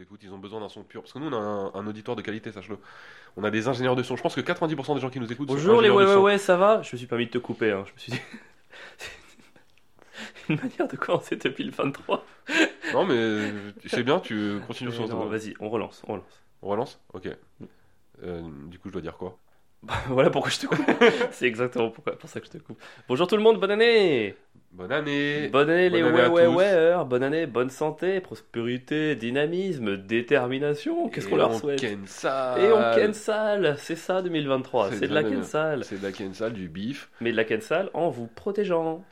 écoute, ils ont besoin d'un son pur. Parce que nous, on a un, un auditoire de qualité, sache-le. On a des ingénieurs de son. Je pense que 90% des gens qui nous écoutent Bonjour sont les ingénieurs ouais, ouais, du son. ouais, ça va Je me suis permis de te couper, hein. je me suis dit. C'est une manière de commencer depuis le 23. Non, mais euh, je sais bien, tu continues sur Mais ce non, Vas-y, on relance, on relance. On relance Ok. Euh, du coup, je dois dire quoi voilà pourquoi je te coupe. C'est exactement pourquoi, pour ça que je te coupe. Bonjour tout le monde, bonne année Bonne année Bonne année les bonne ouais, année à ouais, tous. ouais, bonne année, bonne santé, prospérité, dynamisme, détermination, qu'est-ce Et qu'on leur on souhaite ken ça Et on ken sale, c'est ça 2023, C'est c'est de la bien, ken bien. sale. C'est de la ken sale, du bif. Mais de la ken sale en vous protégeant.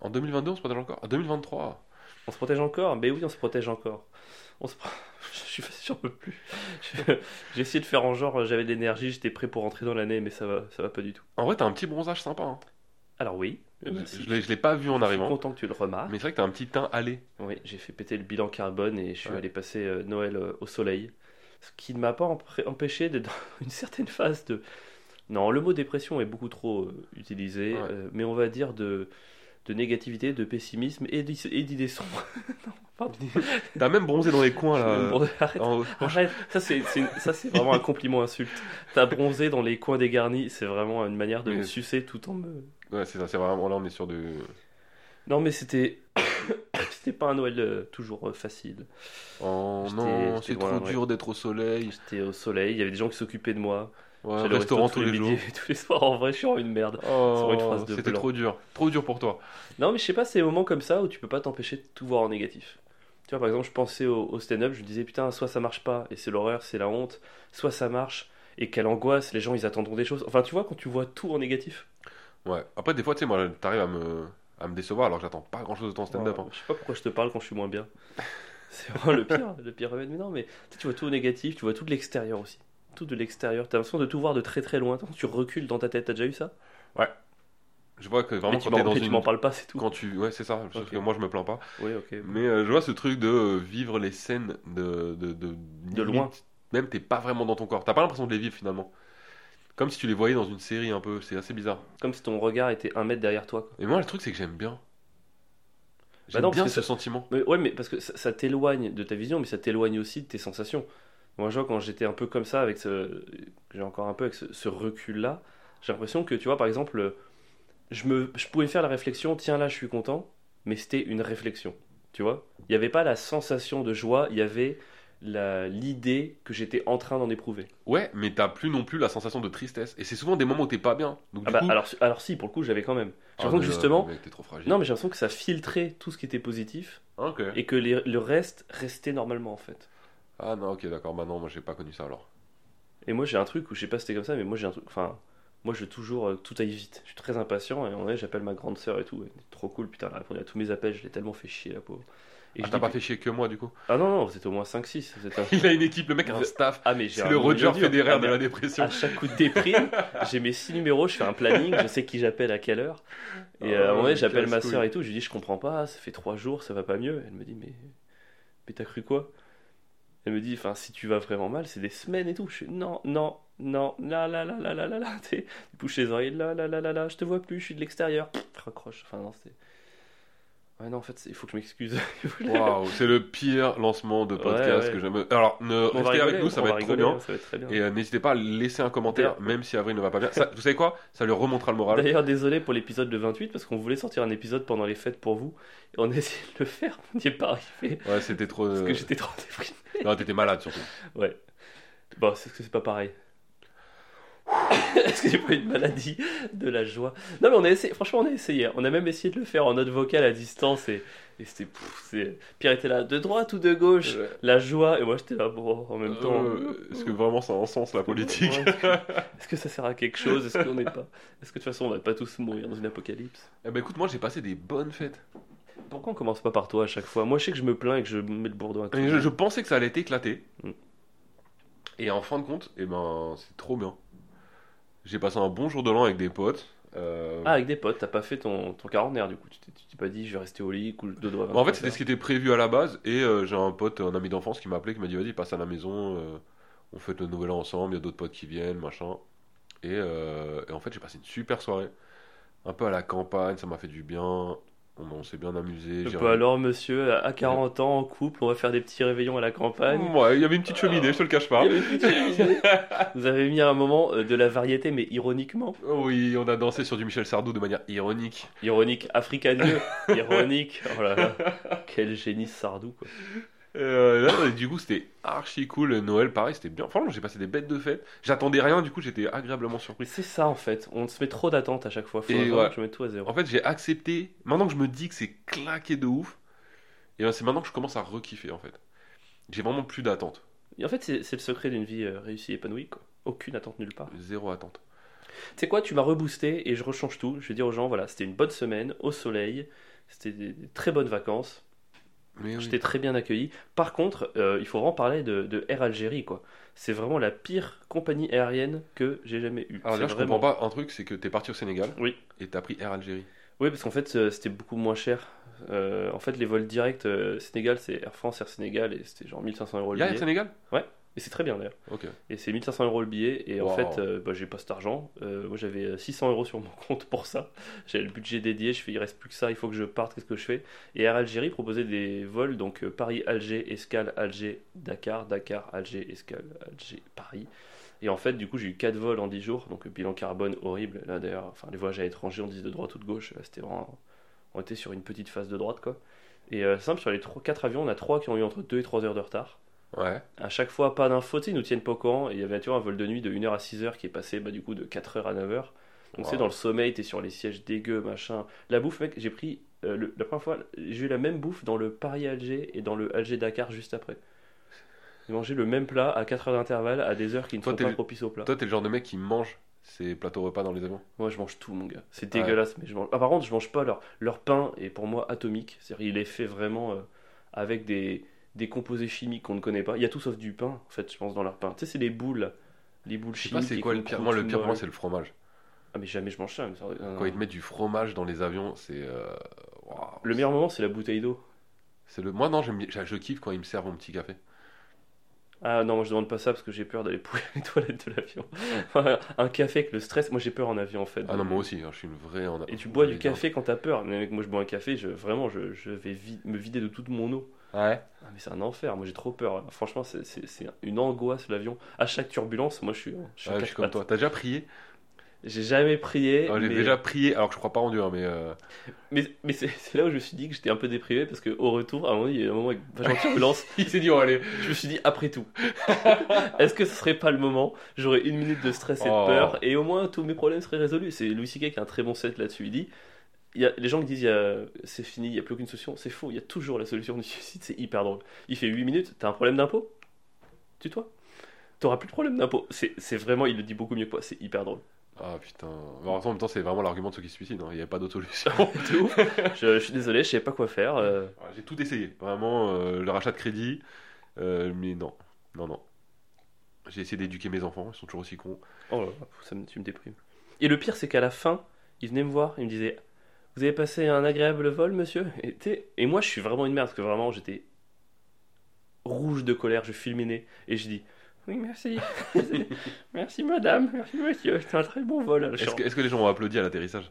En 2022, on se protège encore En 2023 On se protège encore Mais oui, on se protège encore. On se... pro- Je suis j'en peux plus. Je- J'ai essayé de faire en genre, euh, j'avais de l'énergie, j'étais prêt pour rentrer dans l'année, mais ça va, ça va pas du tout. En vrai, t'as un petit bronzage sympa. hein. Alors oui, Je, merci. je l'ai- je l'ai pas vu en bah, je suis arrivant. content que tu le remarques. Mais c'est vrai que t'as un petit teint allé. Oui, j'ai fait péter le bilan carbone et je suis Ouais. allé passer euh, Noël euh, au soleil. Ce qui ne m'a pas empré- empêché d'être dans une certaine phase de... Non, le mot dépression est beaucoup trop euh, utilisé, Ouais. euh, mais on va dire de, de négativité, de pessimisme et d'i- et d'idées sombres. non, pardon. T'as même bronzé dans les coins là. Bon, arrête, En- arrête. Ça, c'est c'est- ça, c'est vraiment un compliment insulte. T'as bronzé dans les coins dégarnis, c'est vraiment une manière de me Mais- sucer tout en me... Ouais, c'est ça, c'est vraiment là, on est sur de. Non, mais c'était... C'était pas un Noël euh, toujours euh, facile. Oh J'étais- non, j'étais c'est loin, trop ouais. dur d'être au soleil. J'étais au soleil, il y avait des gens qui s'occupaient de moi. Ouais, J'allais au restaurant tous les jours. midis et tous les soirs. En vrai, je suis en une merde. Sur une Oh, phrase de c'était blanc. trop dur. Trop dur pour toi. Non, mais je sais pas, c'est des moments comme ça où tu peux pas t'empêcher de tout voir en négatif. Tu vois, par exemple, je pensais au, au stand-up, je me disais putain, soit ça marche pas et c'est l'horreur, c'est la honte, soit ça marche et quelle angoisse, les gens ils attendront des choses. Enfin, tu vois, quand tu vois tout en négatif. Ouais. Après, des fois, tu sais, moi, t'arrives à me... à me décevoir alors que j'attends pas grand chose de ton stand-up. Ouais, hein. euh, Je sais pas pourquoi je te parle quand je suis moins bien. C'est vraiment le pire, le pire remède. Mais non, mais tu sais, tu vois tout au négatif, tu vois tout de l'extérieur aussi. Tout de l'extérieur. T'as l'impression de tout voir de très très loin. Tu recules dans ta tête, t'as déjà eu ça hein. Je vois que vraiment, Mais tu quand t'es m'en dans mais tu une. m'en parles pas, c'est tout. Quand tu... Ouais, c'est ça, sauf Ok. que moi je me plains pas. Oui, ok. Mais euh, je vois ce truc de euh, vivre les scènes de, de, de, limite. loin. Même t'es pas vraiment dans ton corps. T'as pas l'impression de les vivre finalement. Comme si tu les voyais dans une série un peu. C'est assez bizarre. Comme si ton regard était un mètre derrière toi. quoi. Et moi, le truc, c'est que j'aime bien. J'aime Bah non, parce bien que ce ça- sentiment. Mais ouais, mais parce que ça, ça t'éloigne de ta vision, mais ça t'éloigne aussi de tes sensations. Moi, je vois quand j'étais un peu comme ça, avec ce, j'ai encore un peu avec ce, ce recul-là, j'ai l'impression que, tu vois, par exemple, je me, je pouvais faire la réflexion, tiens là, je suis content, mais c'était une réflexion, tu vois. Il n'y avait pas la sensation de joie, il y avait la- l'idée que j'étais en train d'en éprouver. Ouais, mais t'as plus non plus la sensation de tristesse. Et c'est souvent des moments où t'es pas bien. Donc, Ah du bah, coup- alors, alors si, pour le coup, j'avais quand même. J'ai Ah, l'impression que déjà, justement, mec, t'es trop fragile. non, mais j'ai l'impression que ça filtrait tout ce qui était positif Ok. et que les- le reste restait normalement en fait. Ah non, ok, d'accord. Bah non, moi j'ai pas connu ça alors. Et moi j'ai un truc où je sais pas si c'était comme ça, mais moi j'ai un truc. Enfin, moi je veux toujours euh, que tout aille vite. Je suis très impatient et en vrai j'appelle ma grande sœur et tout. Elle est trop cool, putain, elle a répondu à tous mes appels, je l'ai tellement fait chier la pauvre. Et Ah, je t'as dis- pas fait chier que moi du coup. Ah non, non, vous êtes au moins 5-6. vous êtes un- Il a une équipe, le mec a un The- staff. Ah, mais j'ai C'est un le numéro Roger dur. Ah, Federer de mais la À dépression. chaque coup de déprime, j'ai mes 6 numéros, je fais un planning, je sais qui j'appelle à quelle heure. Et Ah, euh, en vrai, ouais, j'appelle ma casse-couille. sœur et tout, je lui dis je comprends pas, ça fait 3 jours, ça va pas mieux. Elle me dit mais, mais t'as cru quoi Elle me dit enfin si tu vas vraiment mal, c'est des semaines et tout. Je suis non, non, non, là, là, là, là, là, là, là, tu sais, tu bouches les oreilles, là, là, là, là, là, je te vois plus, je suis de l'extérieur. Pff, Raccroche, enfin non, c'était. Ouais, non, en fait, c'est- il faut que je m'excuse. Il faut que je- Waouh, c'est le pire lancement de podcast Ouais, ouais. que jamais. Alors, ne On restez va rigoler, avec nous, ça on va être rigoler, trop bien. hein, ça va être très bien. Et euh, n'hésitez pas à laisser un commentaire, même si Avril ne va pas bien. Ça, vous savez quoi Ça lui remontera le moral. D'ailleurs, désolé pour l'épisode de 28 parce qu'on voulait sortir un épisode pendant les fêtes pour vous. Et on a essayé de le faire, on n'y est pas arrivé Ouais, c'était trop. parce que euh, j'étais trop déprimé. Non, t'étais malade surtout. Ouais. Bon, c'est que c'est pas pareil. Est-ce que j'ai pas une maladie de la joie Non, mais on a essayé, franchement, on a essayé. On a même essayé de le faire en note vocale à distance et, et c'était. pff, c'est- Pierre était là, de droite ou de gauche Euh, La joie, et moi j'étais là, bon, en même temps. euh, Est-ce que vraiment ça a un sens la politique Ouais, est-ce que- Est-ce que ça sert à quelque chose Est-ce qu'on n'est pas. Est-ce que de toute façon on va pas tous mourir dans une apocalypse Eh ben écoute, moi j'ai passé des bonnes fêtes. Pourquoi on commence pas par toi à chaque fois Moi, je sais que je me plains et que je mets le bourdon à tout. Et je, je pensais que ça allait éclater. Mm. Et en fin de compte, eh ben c'est trop bien. J'ai passé un bon jour de l'an avec des potes. euh, Ah, avec des potes, t'as pas fait ton, ton quarantenaire du coup. Tu t'es- tu t'es pas dit, je vais rester au lit, coule de doigts. Bon, bah, en fait, c'était ce qui était prévu à la base. Et euh, j'ai un pote, un ami d'enfance qui m'a appelé, qui m'a dit Vas-y, passe à la maison, euh, on fête le nouvel an ensemble, il y a d'autres potes qui viennent, machin. Et, euh, et en fait, j'ai passé une super soirée. Un peu à la campagne, ça m'a fait du bien. On, on s'est bien amusé. j'ai- Bah alors, monsieur, à 40 ans, en couple, on va faire des petits réveillons à la campagne. Ouais, il y avait une petite cheminée, je te le cache pas. Il y avait une petite cheminée. Vous avez mis à un moment euh, de la variété, mais ironiquement. Oui, on a dansé sur du Michel Sardou de manière ironique. Ironique, africaneux, ironique. Oh là là, quel génie Sardou, quoi. Euh, là, et du coup, c'était archi cool. Noël, pareil, c'était bien. Franchement, j'ai passé des bêtes de fête. J'attendais rien, du coup, j'étais agréablement surpris. C'est ça, en fait. On se met trop d'attentes à chaque fois. Faut Et vraiment ouais. que je mette tout à zéro. En fait, j'ai accepté. Maintenant que je me dis que c'est claqué de ouf, et ben c'est maintenant que je commence à re-kiffer, en fait. J'ai vraiment plus d'attente. Et en fait, c'est c'est le secret d'une vie euh, réussie et épanouie, quoi. Aucune attente nulle part. Zéro attente. Tu sais quoi, tu m'as reboosté et je rechange tout. Je vais dire aux gens, voilà, c'était une bonne semaine, au soleil, c'était des, des très bonnes vacances, Mais Ah oui. j'étais très bien accueilli. Par contre, euh, il faut vraiment parler de, de Air Algérie, quoi. C'est vraiment la pire compagnie aérienne que j'ai jamais eue. Alors C'est là, je Ah, vraiment- comprends pas un truc, c'est que t'es parti au Sénégal. Oui. Et t'as pris Air Algérie. Oui, parce qu'en fait, euh, c'était beaucoup moins cher. Euh, en fait, les vols directs euh, Sénégal, c'est Air France, Air Sénégal, et c'était genre 1500 euros le Il y a billet. Air Sénégal Et c'est très bien d'ailleurs. Ok. Et c'est 1500 euros le billet. Et en Wow. fait, euh, bah, j'ai pas cet argent. Euh, moi, j'avais euh, 600 euros sur mon compte pour ça. J'avais le budget dédié. Je fais, il reste plus que ça. Il faut que je parte. Qu'est-ce que je fais Et Air Algérie proposait des vols donc euh, Paris, Alger, Escale, Alger, Dakar, Dakar, Alger, Escale, Alger, Paris. Et en fait, du coup, j'ai eu 4 vols en 10 jours. Donc, euh, bilan carbone horrible. Là, d'ailleurs, enfin, les voyages à l'étranger, on disait de droite ou de gauche. Là, c'était vraiment. On était sur une petite phase de droite, quoi. Et euh, simple, sur les 4 avions, on a 3 qui ont eu entre 2 et 3 heures de retard Ouais. à chaque fois pas d'infos, tu sais, ils nous tiennent pas au courant. Et il y avait tu vois, un vol de nuit de 1h à 6h qui est passé bah, du coup de 4h à 9h. Donc Wow. c'est dans le sommeil, t'es sur les sièges dégueux, machin. La bouffe, mec, j'ai pris euh, le- la première fois, j'ai eu la même bouffe dans le Paris-Alger et dans le Alger-Dakar juste après. J'ai mangé le même plat à 4 heures d'intervalle à des heures qui ne Toi, sont t'es pas le- propices au plat. Toi, t'es le genre de mec qui mange ses plateaux repas dans les avions. Moi, je mange tout, mon gars. C'est Ouais. dégueulasse, mais je mange. Ah, par contre, je mange pas leur leur pain est pour moi atomique. C'est-à-dire, il est fait vraiment euh, avec des des composés chimiques qu'on ne connaît pas. Il y a tout sauf du pain, en fait, je pense dans leur pain. Tu sais, c'est les boules, les boules Je sais pas chimiques. c'est et quoi le qu'on pire. croûte Moi, le tout pire pour moi, molle. c'est le fromage. Ah, mais jamais je mange ça. mais ça- non, non. Quand ils te mettent du fromage dans les avions, c'est. euh, waouh. Le meilleur moment, c'est la bouteille d'eau. C'est le. Moi, non, j'aime bien- je, je kiffe quand ils me servent mon petit café. Ah non, moi je demande pas ça parce que j'ai peur d'aller pouiller les toilettes de l'avion. Enfin, un café avec le stress, moi j'ai peur en avion en fait. Ah non, moi aussi, hein, je suis une vraie. en- Et tu bois en- du café quand t'as peur. Mais mec, moi je bois un café, je, vraiment, je, je vais vi- me vider de toute mon eau. Ouais. Ah, mais c'est un enfer, moi j'ai trop peur. Franchement, c'est- c'est c'est une angoisse l'avion. À chaque turbulence, moi je suis, je suis, Ouais, à je quatre suis comme pattes. toi. T'as déjà prié J'ai jamais prié. Ah, J'ai mais déjà prié, alors que je crois pas en Dieu, hein, mais. euh, mais, mais c'est c'est là où je me suis dit que j'étais un peu déprimé parce qu'au retour, à un moment, il y a eu un moment avec vachement de turbulence. Il s'est dit, oh, allez. je me suis dit, après tout, est-ce que ce serait pas le moment J'aurais une minute de stress et Oh. de peur et au moins tous mes problèmes seraient résolus. C'est Louis C.K. qui a un très bon set là-dessus. Il dit. il y a- les gens qui disent il y a- c'est fini, il n'y a plus aucune solution, c'est faux, il y a toujours la solution du suicide, c'est hyper drôle. Il fait 8 minutes, t'as un problème d'impôt Tue-toi. T'auras plus de problème d'impôt. C'est c'est vraiment, il le dit beaucoup mieux que moi, c'est hyper drôle. Ah putain. Bah, en même temps, c'est vraiment l'argument de ceux qui se suicident. hein. Il n'y a pas d'autre solution. De ouf. je, je suis désolé, je sais pas quoi faire. euh, Ouais, J'ai tout essayé, vraiment, euh, le rachat de crédit, euh, mais non, non, non. J'ai essayé d'éduquer mes enfants, ils sont toujours aussi cons. Oh là là, ça me, tu me déprimes. Et le pire, c'est qu'à la fin, il venait me voir, il me disait Vous avez passé un agréable vol, monsieur et, tu sais, et moi, je suis vraiment une merde, parce que vraiment, j'étais rouge de colère, je fulminais, et je dis Oui, merci, merci madame, merci monsieur, c'était un très bon vol. Alors, je Est-ce suis que, est-ce que les gens ont applaudi à l'atterrissage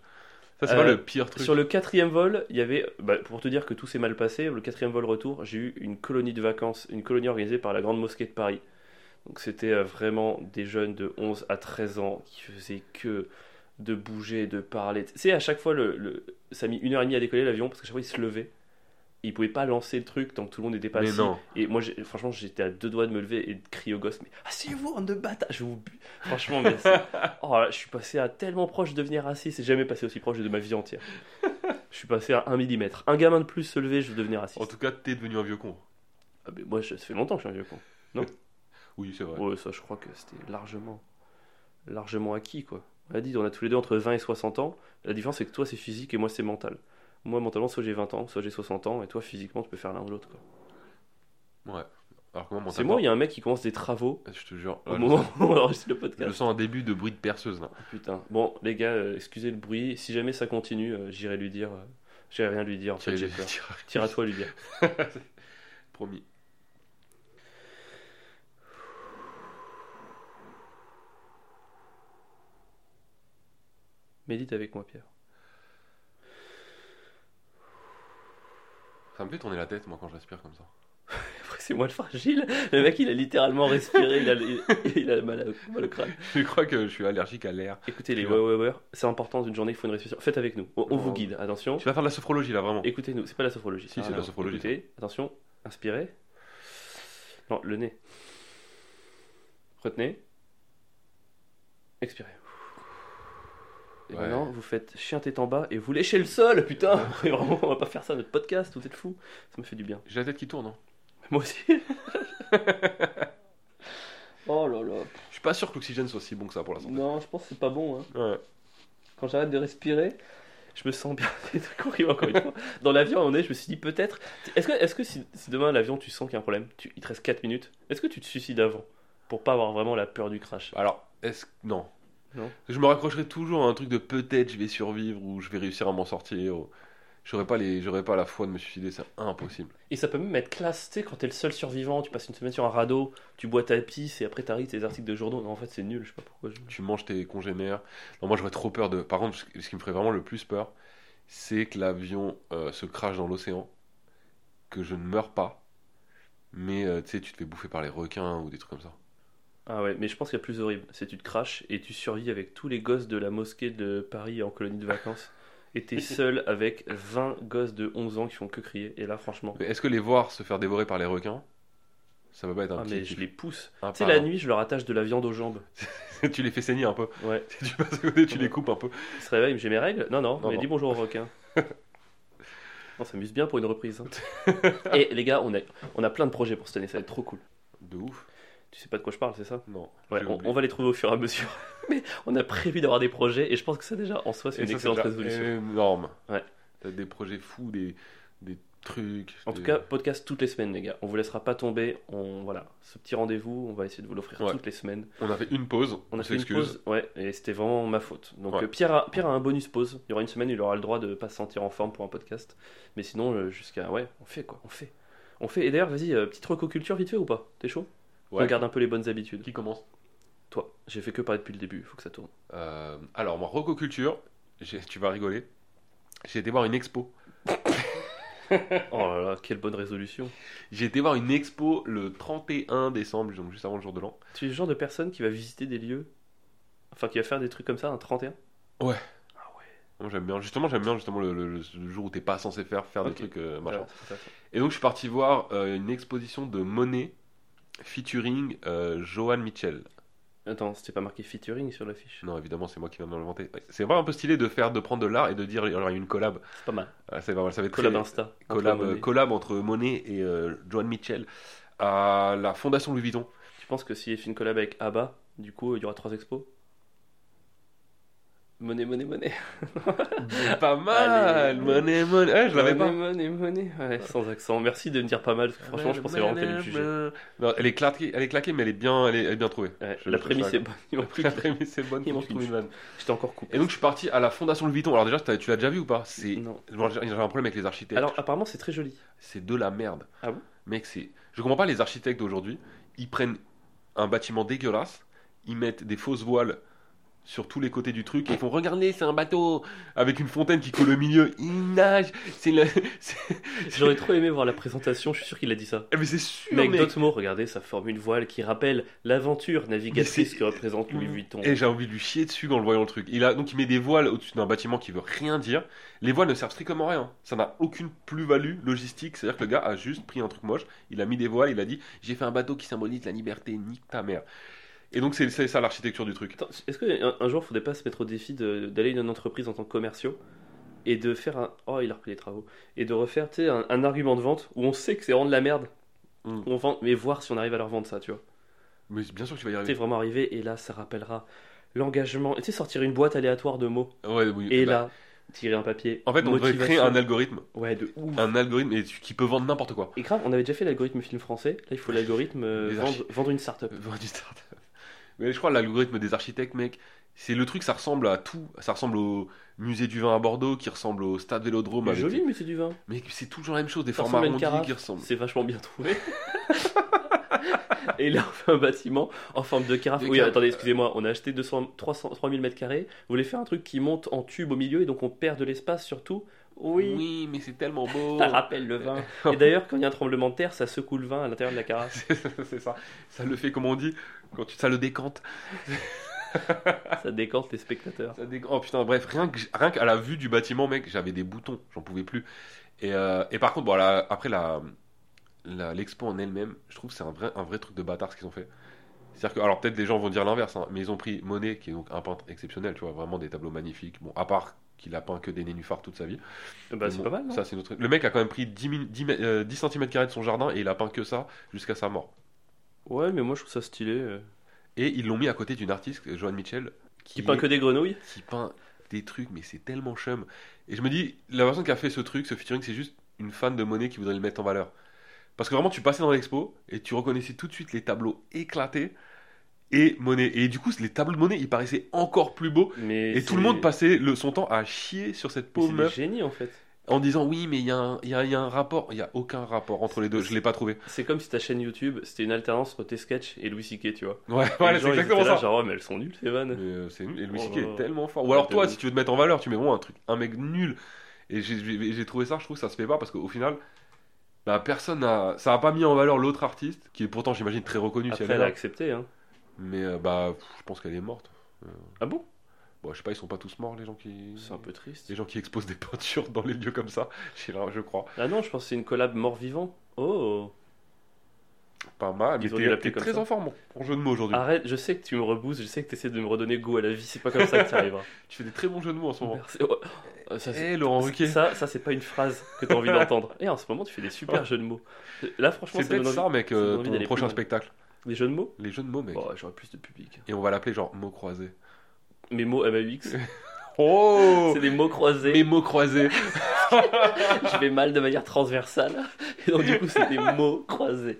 Ça, c'est Euh, pas le pire truc. sur le quatrième vol, il y avait, bah, pour te dire que tout s'est mal passé, le quatrième vol retour, j'ai eu une colonie de vacances, une colonie organisée par la Grande Mosquée de Paris. Donc c'était euh, vraiment des jeunes de 11 à 13 ans qui faisaient que de bouger, de parler. Tu sais, à chaque fois, le, le- ça a mis une heure et demie à décoller l'avion parce qu'à chaque fois, ils se levaient. Ils pouvaient pas lancer le truc tant que tout le monde n'était pas Mais assis. non, Et moi, j'ai- franchement, j'étais à deux doigts de me lever et de crier au gosse, mais asseyez-vous, bande de bâtards, je vous bu- Franchement, mais c'est- oh, là, je suis passé à tellement proche de devenir assis, c'est jamais passé aussi proche de ma vie entière. Je suis passé à un millimètre. Un gamin de plus se lever, je veux devenir assis. en tout cas, t'es devenu un vieux con. Ah, mais moi, je- ça fait longtemps que je suis un vieux con. Oui, c'est vrai. Ouais, ça, je crois que c'était largement, largement acquis, quoi. On l'a dit, on a tous les deux entre 20 et 60 ans. La différence, c'est que toi, c'est physique et moi, c'est mental. Moi, mentalement, soit j'ai 20 ans, soit j'ai 60 ans, et toi, physiquement, tu peux faire l'un ou l'autre, quoi. Alors, comment mon C'est tabac- moi, Oh, il y a un mec qui commence des travaux Je te jure, au là, je, moment sens, où on enregistre le podcast. je sens un début de bruit de perceuse là. Putain. Bon, les gars, euh, excusez le bruit. Si jamais ça continue, euh, j'irai lui dire. euh, j'irai rien lui dire. En fait, j'ai peur. Tire à toi lui dire. Promis. Médite avec moi, Pierre. Ça me fait tourner la tête, moi, quand je respire comme ça. Après, c'est moi le fragile. Le mec, il a littéralement respiré, il a, il, il a mal, au- mal au crâne. Je crois que je suis allergique à l'air. Écoutez, les Tu vois. ouais, ouais, ouais, c'est important d'une journée, il faut une respiration. Faites avec nous, on, on vous guide, attention. Tu vas faire de la sophrologie, là, vraiment. Écoutez-nous, c'est pas la sophrologie. Si, ça, c'est non. la sophrologie, Écoutez, attention, inspirez. Non, le nez. Retenez. Expirez. Et Ouais. maintenant, vous faites chien tête en bas et vous léchez le sol, putain Mais vraiment, on va pas faire ça notre podcast, vous êtes fous. Ça me fait du bien. J'ai la tête qui tourne. hein. Moi aussi. oh là là. Je suis pas sûr que l'oxygène soit si bon que ça pour la santé. Non, je pense que c'est pas bon. Hein. Ouais. quand j'arrête de respirer, je me sens bien. C'est très horrible, encore une fois. Dans l'avion, à un moment donné, je me suis dit peut-être. Est-ce que, est que si, si demain l'avion, tu sens qu'il y a un problème, tu, il te reste 4 minutes, est-ce que tu te suicides avant Pour pas avoir vraiment la peur du crash. Alors, est-ce que. Non. Non. Je me raccrocherai toujours à un truc de peut-être je vais survivre ou je vais réussir à m'en sortir. Ou... J'aurais pas, les... j'aurais pas la foi de me suicider, c'est impossible. Et ça peut même être classe, tu sais, quand t'es le seul survivant, tu passes une semaine sur un radeau, tu bois ta pisse et après t'arrives tes articles de journaux. Non, en fait, c'est nul, je sais pas pourquoi. je- Tu manges tes congénères. Non, moi j'aurais trop peur de. Par contre, ce qui- ce qui me ferait vraiment le plus peur, c'est que l'avion euh, se crache dans l'océan, que je ne meurs pas, mais euh, tu sais, tu te fais bouffer par les requins ou des trucs comme ça. Ah ouais, mais je pense qu'il y a plus horrible. C'est tu te craches et tu survis avec tous les gosses de la mosquée de Paris en colonie de vacances. Et t'es seul avec 20 gosses de 11 ans qui font que crier. Et là, franchement. Mais est-ce que les voir se faire dévorer par les requins, ça va pas être un Ah, petit mais kiff je les pousse. Un Tu sais, par la un. nuit, je leur attache de la viande aux jambes. tu les fais saigner un peu. Ouais. Tu passes à côté, tu Ouais. les coupes un peu. Ils se réveillent, j'ai mes règles Non, non, Non, mais non. dis bonjour au requin. on s'amuse bien pour une reprise. hein. Et les gars, on a, on a plein de projets pour cette année, ça va être trop cool. De ouf. Tu sais pas de quoi je parle, c'est ça Non. Ouais, j'ai on, oublié. on va les trouver au fur et à mesure. mais on a prévu d'avoir des projets et je pense que ça, déjà, en soi, c'est Et une ça, excellente déjà résolution. Énorme. Ouais. T'as des projets fous, des, des trucs. En des- tout cas, podcast toutes les semaines, les gars. On vous laissera pas tomber. On, voilà, ce petit rendez-vous, on va essayer de vous l'offrir Ouais. toutes les semaines. on a fait une pause. On On, a fait une s'excuse. pause, ouais, et c'était vraiment ma faute. Donc Ouais. euh, Pierre, a, Pierre a un bonus pause. Il y aura une semaine, il aura le droit de pas se sentir en forme pour un podcast. Mais sinon, euh, jusqu'à ouais, on fait quoi, on fait, on fait. Et d'ailleurs, vas-y, euh, petite recoculture vite fait ou pas T'es chaud Ouais. On garde un peu les bonnes habitudes. Qui commence Toi, j'ai fait que parler depuis le début. Faut que ça tourne. Euh, Alors, moi, Rococulture, j'ai- tu vas rigoler. J'ai été voir une expo. Oh là là, quelle bonne résolution. J'ai été voir une expo le 31 décembre, donc juste avant le jour de l'an. Tu es le genre de personne qui va visiter des lieux, enfin qui va faire des trucs comme ça un Ah 31 Bah, Moi, j'aime bien. Justement, j'aime bien justement le, le- le jour où t'es pas censé faire, faire Ok. des trucs euh, machin. Ouais, c'est ça. Et donc, je suis parti voir euh, une exposition de Monet featuring euh, Johan Mitchell. Attends, c'était pas marqué featuring sur l'affiche. Non, évidemment, c'est moi qui viens de l'inventer. Ouais. C'est vraiment un peu stylé de faire, de prendre de l'art et de dire il y aura une collab. C'est pas mal. Ah, c'est pas mal, ça va être Collab très- Insta. collab, entre euh, Monet. collab entre Monet et euh, Joan Mitchell à la Fondation Louis Vuitton. Tu penses que s'il fait une collab avec ABBA, du coup, il y aura trois expos Monnaie, monnaie, monnaie. pas mal, Allez. Monet, Monet. Ouais, je l'avais Monnaie, pas. Monnaie, monnaie. Ouais, sans accent. Merci de me dire pas mal, parce que franchement, je pensais vraiment que t'allais me juger. Non, elle est claquée, elle est claquée, mais elle est bien, elle est, elle est bien trouvée. Ouais, Je- la je- prémisse je- est bonne. Il m'a plu. La prémisse est bonne. Il faut que manque je trouve une une vanne. J'étais encore coupé. Et donc je suis parti à la Fondation Louis Vuitton. Alors déjà, t'as- tu l'as déjà vu ou pas C'est, Non. bon, j'ai j'ai un problème avec les architectes. Mm. Alors, apparemment, c'est très joli. c'est de la merde. Ah bon Mec, c'est. Je comprends pas les architectes d'aujourd'hui. Ils prennent un bâtiment dégueulasse, ils mettent des fausses voiles sur tous les côtés du truc et ils font Regardez, c'est un bateau avec une fontaine qui colle au milieu. Il nage. C'est le. c'est- J'aurais trop aimé voir la présentation, je suis sûr qu'il a dit ça. Mais c'est sûr. Mais avec mec. d'autres mots, regardez, ça forme une voile qui rappelle l'aventure navigatrice Mais c'est- que représente Louis Vuitton. Et j'ai envie de lui chier dessus en le voyant le truc. Il a donc il met des voiles au-dessus d'un bâtiment qui veut rien dire. Les voiles ne servent strictement à rien. Ça n'a aucune plus-value logistique. C'est-à-dire que le gars a juste pris un truc moche. Il a mis des voiles. Il a dit j'ai fait un bateau qui symbolise la liberté. Nique ta mère. Et donc c'est c'est ça l'architecture du truc. Attends, Est-ce qu'un un jour, il faudrait pas se mettre au défi de- d'aller dans une entreprise en tant que commerciaux et de faire un. Oh, il a repris les travaux. Et de refaire tu sais, un, un argument de vente où on sait que c'est vraiment de la merde. Mm. On vend, mais voir si on arrive à leur vendre ça, tu vois. Mais bien sûr que tu vas y Tu es arriver. vraiment arrivé et là, ça rappellera l'engagement. Tu sais, sortir une boîte aléatoire de mots Ouais, oui, et bah, là, tirer un papier. En fait, on devrait créer motivation. un algorithme, Ouais, de ouf. un algorithme et tu- qui peut vendre n'importe quoi. Et grave, on avait déjà fait l'algorithme film français. Là, il faut l'algorithme euh, Les vendre, archi- vendre une startup. Euh, vendre du start-up. Mais je crois l'algorithme des architectes, mec, c'est le truc. Ça ressemble à tout. Ça ressemble au musée du vin à Bordeaux, qui ressemble au stade Vélodrome. Mais avec Joli, mais c'est du vin. oh, bah, Mais c'est toujours la même chose, des Ça formats ressemble à une arrondis carafe. qui ressemblent. C'est vachement bien trouvé. Et là, on fait un bâtiment en forme de carafe. Des Oui, carafes. attendez, excusez-moi, on a acheté 200, 300, 3000 mètres carrés. Vous voulez faire un truc qui monte en tube au milieu et donc on perd de l'espace surtout Oui, Oui, mais c'est tellement beau. ça rappelle le vin. Et d'ailleurs, quand il y a un tremblement de terre, ça secoue le vin à l'intérieur de la carafe. c'est ça. Ça le fait, comme on dit, quand tu, ça le décante. Ça décante les spectateurs. Ça dé- Oh putain, bref, rien que- rien qu'à la vue du bâtiment, mec, j'avais des boutons, j'en pouvais plus. Et, euh, et par contre, bon, la- après la la- l'expo en elle-même, je trouve que c'est un vrai, un vrai truc de bâtard ce qu'ils ont fait. C'est-à-dire que, alors peut-être des gens vont dire l'inverse, hein, mais ils ont pris Monet, qui est donc un peintre exceptionnel, tu vois, vraiment des tableaux magnifiques. Bon, à part qu'il a peint que des nénuphars toute sa vie. Bah, c'est Bon, pas mal, non ça, c'est notre... Le mec a quand même pris 10, min- 10 mè- euh, 10 cm de son jardin et il a peint que ça jusqu'à sa mort. Ouais, mais moi, je trouve ça stylé. euh. Et ils l'ont mis à côté d'une artiste, Joanne Mitchell, Qui peint que des grenouilles qui peint des trucs, mais c'est tellement chum. Et je me dis, la personne qui a fait ce truc, ce featuring, c'est juste une fan de Monet qui voudrait le mettre en valeur. Parce que vraiment, tu passais dans l'expo et tu reconnaissais tout de suite les tableaux éclatés et Monet. Et du coup, les tableaux de Monet, ils paraissaient encore plus beaux. mais Et, c'est- tout le monde passait le, son temps à chier sur cette mais pauvre C'est des meuf génies, en fait. en disant oui, mais il y, a un- il y a- il y a un rapport. Il n'y a aucun rapport entre les deux. Je l'ai pas trouvé. C'est comme si ta chaîne YouTube, c'était une alternance entre tes sketchs et Louis C.K., tu vois. Ouais, Et voilà, les c'est gens, ils étaient exactement là, ça. genre, oh, mais elles sont nulles, ces vannes. Mais, euh, c'est nul. Et Louis Oh C.K. là est là. tellement fort. Ou alors Ouais, toi, de si ouf. tu veux te mettre en valeur, tu mets bon un truc, un mec nul. Et j'ai- j'ai j'ai trouvé ça, je trouve que ça se fait pas parce qu'au final, bah, personne n'a, ça a pas mis en valeur l'autre artiste qui est pourtant, j'imagine, très reconnu. si Après, elle est elle a là. accepté, hein. Mais euh, bah, pff, je pense qu'elle est morte. Ah bon Bon, je sais pas, ils sont pas tous morts les gens qui, C'est un peu triste. les gens qui exposent des peintures dans les lieux comme ça. J'ai l'im- Je crois Ah non, je pense que c'est une collab mort-vivant. Oh pas mal. Mais Ils ont dû t'es- l'appeler t'es comme très ça. Ah. en forme pour jeu de mots aujourd'hui. Arrête, je sais que tu me rebousses, je sais que tu essaies de me redonner goût à la vie, c'est pas comme ça que ça arrivera. Tu fais des très bons jeux de mots en ce moment. Merci. Oh, oh, ça, c'est- Eh Laurent Ruquier. ça, ça, c'est pas une phrase que t'as envie d'entendre. Et en ce moment, tu fais des super jeux de mots. Là, franchement, Oh. C'est ça donne peut-être envie. ça, mec, ça donne euh, ton envie d'aller plus prochain loin. spectacle. Des jeux de mots Les jeux de mots, mec. Oh, J'aurais plus de public. Et on va l'appeler genre mots croisés. Mes mots MAUX, Oh c'est des mots croisés. Mes mots croisés. Je vais mal de manière transversale. Et donc, du coup, c'est des mots croisés.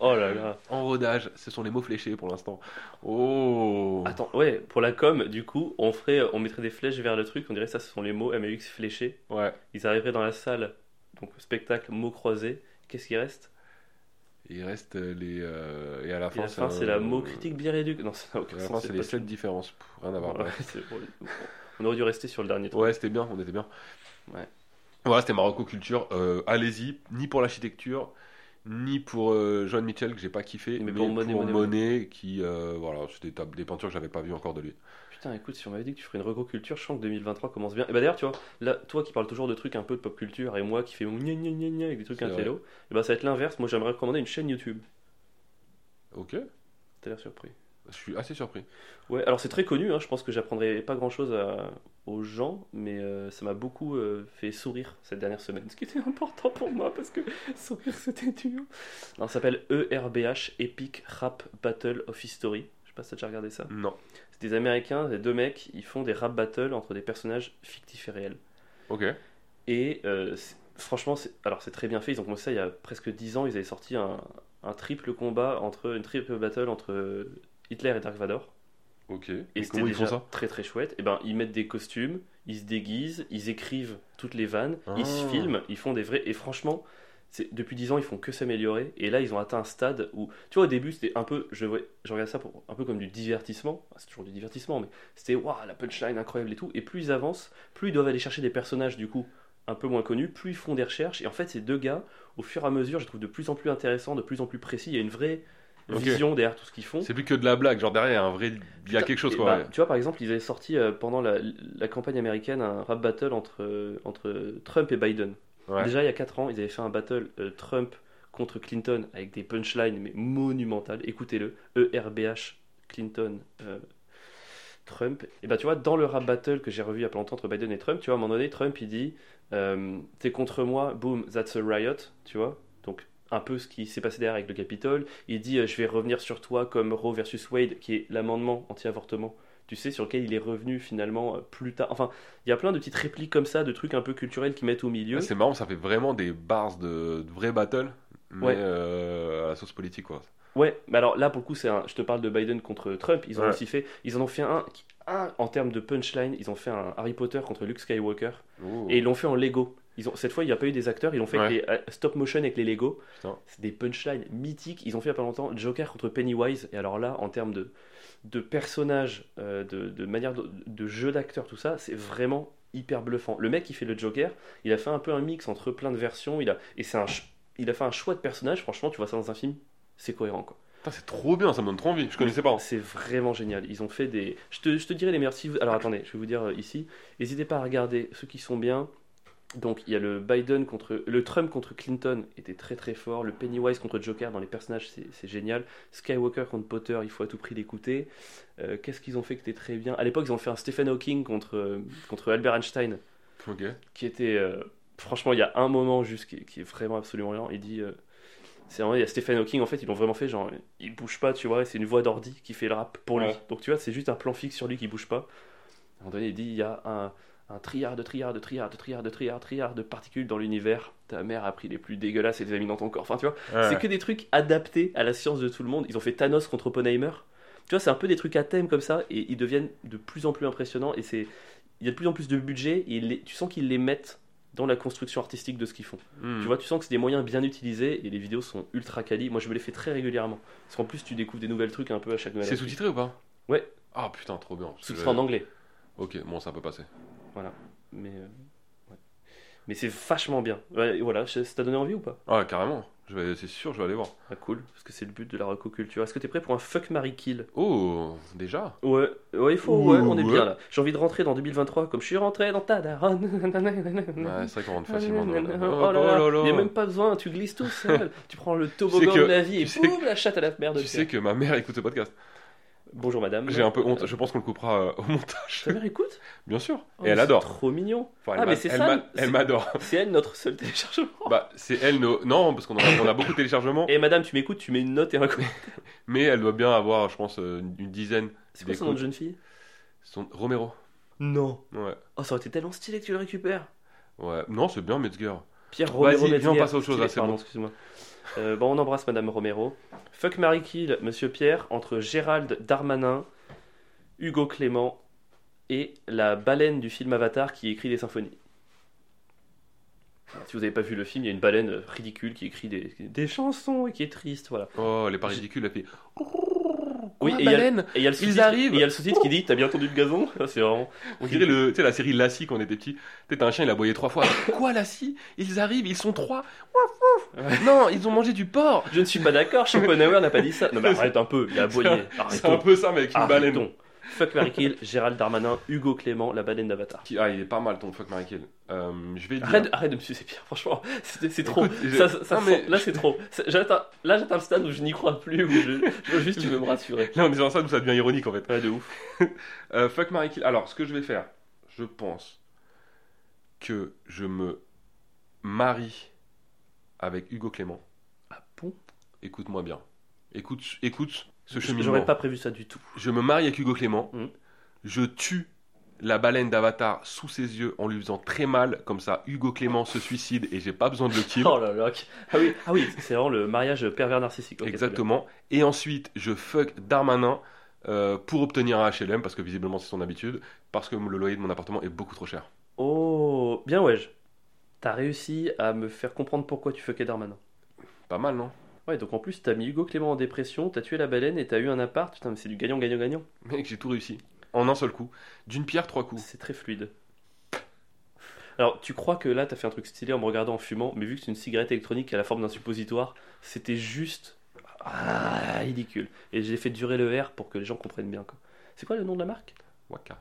Oh là là. En rodage, ce sont les mots fléchés pour l'instant. Oh Attends, ouais, pour la com, du coup, on, ferait, on mettrait des flèches vers le truc. On dirait ça, ce sont les mots MAUX fléchés. Ouais. Ils arriveraient dans la salle, donc spectacle, mots croisés. Qu'est-ce qui reste Il reste euh, les. euh, Et à la Et fin, la fin, c'est un- la mot critique bien réduite. Non, ça n'a Et aucun à la fin, sens. c'est c'est les pas sept différences. Pff, rien à voir. Ouais, Ouais, c'est bon. On aurait dû rester sur le dernier truc. Ouais, c'était bien, on était bien. Ouais. Voilà, c'était Marocco Culture. Euh, Allez-y, ni pour l'architecture, ni pour euh, Joan Mitchell, que j'ai pas kiffé, Mais pour Monet, Monet, Monet, qui. euh, voilà, c'était des tab- des peintures que j'avais pas vues encore de lui. Putain, écoute, si on m'avait dit que tu ferais une reco culture, je sens que 2023 commence bien. Et bah d'ailleurs, tu vois, là, toi qui parles toujours de trucs un peu de pop culture et moi qui fais mon gna gna gna gna avec des trucs C'est un vrai. télo, et bah ça va être l'inverse. Moi, j'aimerais recommander une chaîne YouTube. Ok T'as l'air surpris. Je suis assez surpris. Ouais, alors c'est très connu, hein, je pense que j'apprendrai pas grand chose aux gens, mais euh, ça m'a beaucoup euh, fait sourire cette dernière semaine, ce qui était important pour moi parce que sourire c'était dur. Non, ça s'appelle E ERBH Epic Rap Battle of History. Je sais pas si t'as déjà regardé ça. Non. C'est des américains, des deux mecs, ils font des rap battles entre des personnages fictifs et réels. Ok. Et euh, c'est- franchement, c'est- alors c'est très bien fait. Ils ont commencé ça il y a presque 10 ans. Ils avaient sorti un, un triple combat entre une triple battle entre euh, Hitler et Dark Vador. Ok. Et Mais c'était comment ils déjà font ça très très chouette. Et ben ils mettent des costumes, ils se déguisent, ils écrivent toutes les vannes, Ah. ils se filment, ils font des vrais. Et franchement, c'est depuis 10 ans ils font que s'améliorer. Et là ils ont atteint un stade où, tu vois, au début c'était un peu, je, ouais, je regarde ça pour un peu comme du divertissement. Ah, C'est toujours du divertissement, mais c'était waouh la punchline incroyable et tout. Et plus ils avancent, plus ils doivent aller chercher des personnages du coup un peu moins connus, plus ils font des recherches. Et en fait ces deux gars, au fur et à mesure, je les trouve de plus en plus intéressants, de plus en plus précis. Il y a une vraie Ok. vision derrière tout ce qu'ils font. C'est plus que de la blague, genre derrière, il y a un vrai. Il y a Putain, quelque chose, et quoi. bah, ouais. Tu vois, par exemple, ils avaient sorti euh, pendant la, la campagne américaine un rap battle entre, euh, entre Trump et Biden. Ouais. Déjà, il y a 4 ans, ils avaient fait un battle euh, Trump contre Clinton avec des punchlines mais monumentales. Écoutez-le, E ERBH, Clinton, euh, Trump. Et bah, tu vois, dans le rap battle que j'ai revu il y a pas longtemps entre Biden et Trump, tu vois, à un moment donné, Trump il dit euh, T'es contre moi, boom, that's a riot, tu vois. Donc, un peu ce qui s'est passé derrière avec le Capitole. Il dit euh, Je vais revenir sur toi comme Roe versus Wade, qui est l'amendement anti-avortement. Tu sais, sur lequel il est revenu finalement euh, plus tard. Enfin, il y a plein de petites répliques comme ça, de trucs un peu culturels qu'ils mettent au milieu. Ah, c'est marrant, ça fait vraiment des bars de, de vrais battles, mais Ouais. euh, à la sauce politique, quoi. Ouais, mais alors là pour le coup, c'est un... je te parle de Biden contre Trump. Ils ont Ouais. aussi fait, ils en ont fait un, qui- un en termes de punchline. Ils ont fait un Harry Potter contre Luke Skywalker Oh. et ils l'ont fait en Lego. Ils ont... Cette fois, il n'y a pas eu des acteurs, ils l'ont fait avec les euh, stop motion avec les Lego. Putain. C'est des punchlines mythiques. Ils ont fait il n'y a pas longtemps Joker contre Pennywise. Et alors là, en termes de, de personnages, euh, de... de manière de, de jeu d'acteur, tout ça, c'est vraiment hyper bluffant. Le mec qui fait le Joker, il a fait un peu un mix entre plein de versions. Il a et c'est un ch- il a fait un choix de personnage. Franchement, tu vois ça dans un film, c'est cohérent quoi. Oh. Putain, c'est trop bien, ça me donne trop envie. Je connaissais pas. hein. C'est vraiment génial. Ils ont fait des. Je te, je te dirai les meilleurs. si vous- Alors attendez, je vais vous dire euh, ici. N'hésitez pas à regarder ceux qui sont bien. Donc il y a le Biden contre le Trump contre Clinton était très très fort. Le Pennywise contre Joker dans les personnages c'est c'est génial. Skywalker contre Potter, il faut à tout prix l'écouter. Euh, Qu'est-ce qu'ils ont fait qui était très bien À l'époque ils ont fait un Stephen Hawking contre euh, contre Albert Einstein Ok. qui était euh, franchement il y a un moment juste qui, qui est vraiment absolument lent il dit euh, c'est vraiment il y a Stephen Hawking en fait ils l'ont vraiment fait genre il bouge pas tu vois et c'est une voix d'ordi qui fait le rap pour lui Ouais. donc tu vois c'est juste un plan fixe sur lui qui bouge pas à un moment donné il dit il y a un un triard de triard de triard de triard de triard triard de particules dans l'univers ta mère a pris les plus dégueulasses et les a mis dans ton corps enfin tu vois c'est que des trucs adaptés à la science de tout le monde ils ont fait Thanos contre Oppenheimer tu vois c'est un peu des trucs à thème comme ça et ils deviennent de plus en plus impressionnants et c'est il y a de plus en plus de budget et ils les- tu sens qu'ils les mettent dans la construction artistique de ce qu'ils font. Hmm. Tu vois, tu sens que c'est des moyens bien utilisés et les vidéos sont ultra quali. Moi, je me les fais très régulièrement. Parce qu'en plus, tu découvres des nouvelles trucs un peu à chaque nouvelle. C'est sous-titré ou pas Ouais. Ah putain, trop bien. Parce que Sous-titré en j'avais- anglais. Ok, bon, ça peut passer. Mais, euh, ouais. Mais c'est vachement bien. Ouais, et voilà, je- ça t'a donné envie ou pas Ah, carrément. Je vais, c'est sûr, je vais aller voir. Ah, cool, parce que c'est le but de la recoculture. Est-ce que t'es prêt pour un fuck Marie Kill Oh, déjà Ouais, ouais, il faut, Ouh, ouais, on est ouais. bien là. J'ai envie de rentrer dans 2023 comme je suis rentré dans ta daronne. Ouais, C'est vrai qu'on rentre Ah, facilement dans nanana, le. Oh là là, il n'y a même pas besoin, tu glisses tout seul. tu prends le toboggan que- de la vie et tu sais boum, la chatte à la merde. Tu sais que ma mère écoute ce podcast. Bonjour madame. J'ai un peu honte, je pense qu'on le coupera euh, au montage. Ta mère écoute Bien sûr. Oh, Et mais elle c'est adore. Trop mignon. Enfin, elle Ah, m'a- mais c'est elle ça, m'a- c'est- Elle m'adore. C'est elle notre seul téléchargement. Bah, c'est elle, nos- non, parce qu'on en a, on a beaucoup de téléchargements, Et madame, tu m'écoutes, tu mets une note et un coup. mais elle doit bien avoir, je pense, euh, une dizaine. C'est quoi son nom de D'écoute. jeune fille Son... Romero. Non. Ouais. Oh, ça aurait été tellement stylé que tu le récupères. Ouais. Non, c'est bien, Metzger. Pierre Vas-y, Romero. viens, Metzger. on passe à autre chose, Stylé, là, c'est pardon, bon. excuse-moi. Euh, bon, on embrasse madame Romero. Fuck Marie Kill, monsieur Pierre, entre Gérald Darmanin, Hugo Clément et la baleine du film Avatar qui écrit des symphonies. Si vous n'avez pas vu le film, il y a une baleine ridicule qui écrit des, des chansons et qui est triste, voilà. Oh, elle est pas ridicule, la fille. Oui, Quoi, et il y a- baleine Et il y a le sous-titre, arrivent. et il y a le sous-titre qui dit T'as bien entendu le gazon Ah, C'est vraiment. On dirait le, tu sais, la série Lassie quand on était petit. Peut-être un chien, il a boyé trois fois. Quoi, Lassie Ils arrivent, ils sont trois. Ouf, ouf. Ouais. Non, ils ont mangé du porc. Je ne suis pas d'accord, Schopenhauer n'a pas dit ça. Non, mais arrête un peu, il a aboyé. C'est un Arrêtons. peu ça, mais avec une baleine. Arrêtons. Ah, Fuck Marie Kill, Gérald Darmanin, Hugo Clément, la baleine d'Avatar. Qui- Ah, il est pas mal ton fuck Mary Kill. Euh, je vais dire. Arrête, arrête de me sucer Pierre, franchement, c'est c'est trop. Écoute, je- Ça- ça- ça non, sent- mais- Là, c'est trop. Ça- j'atteins- Là, j'atteins le stade où je n'y crois plus, où je, je veux juste tu veux me rassurer. Là, en disant ça, nous, ça devient ironique en fait. Ouais, de ouf. Euh, fuck Mary Kill. Alors, ce que je vais faire, je pense que je me marie avec Hugo Clément. Ah bon Écoute-moi bien. Écoute, écoute ce cheminement. J'aurais pas prévu ça du tout. Je me marie avec Hugo Clément. Mhm. Je tue la baleine d'Avatar sous ses yeux en lui faisant très mal. Comme ça, Hugo Clément se suicide et j'ai pas besoin de le kill. Oh là là. ok. Ah oui, ah oui c'est vraiment le mariage pervers narcissique. ok, très bien. Exactement. Et ensuite, je fuck Darmanin euh, pour obtenir un HLM parce que visiblement c'est son habitude. Parce que le loyer de mon appartement est beaucoup trop cher. Oh, bien ouais. je- T'as réussi à me faire comprendre pourquoi tu fuckais Darmanin. Pas mal, non Ouais, donc en plus, t'as mis Hugo Clément en dépression, t'as tué la baleine et t'as eu un appart. Putain, mais c'est du gagnant-gagnant-gagnant. Mec, j'ai tout réussi. En un seul coup. D'une pierre, trois coups. C'est très fluide. Alors, tu crois que là, t'as fait un truc stylé en me regardant en fumant, mais vu que c'est une cigarette électronique qui a la forme d'un suppositoire, c'était juste ah, ridicule. Et j'ai fait durer le R pour que les gens comprennent bien. quoi. C'est quoi le nom de la marque Waka.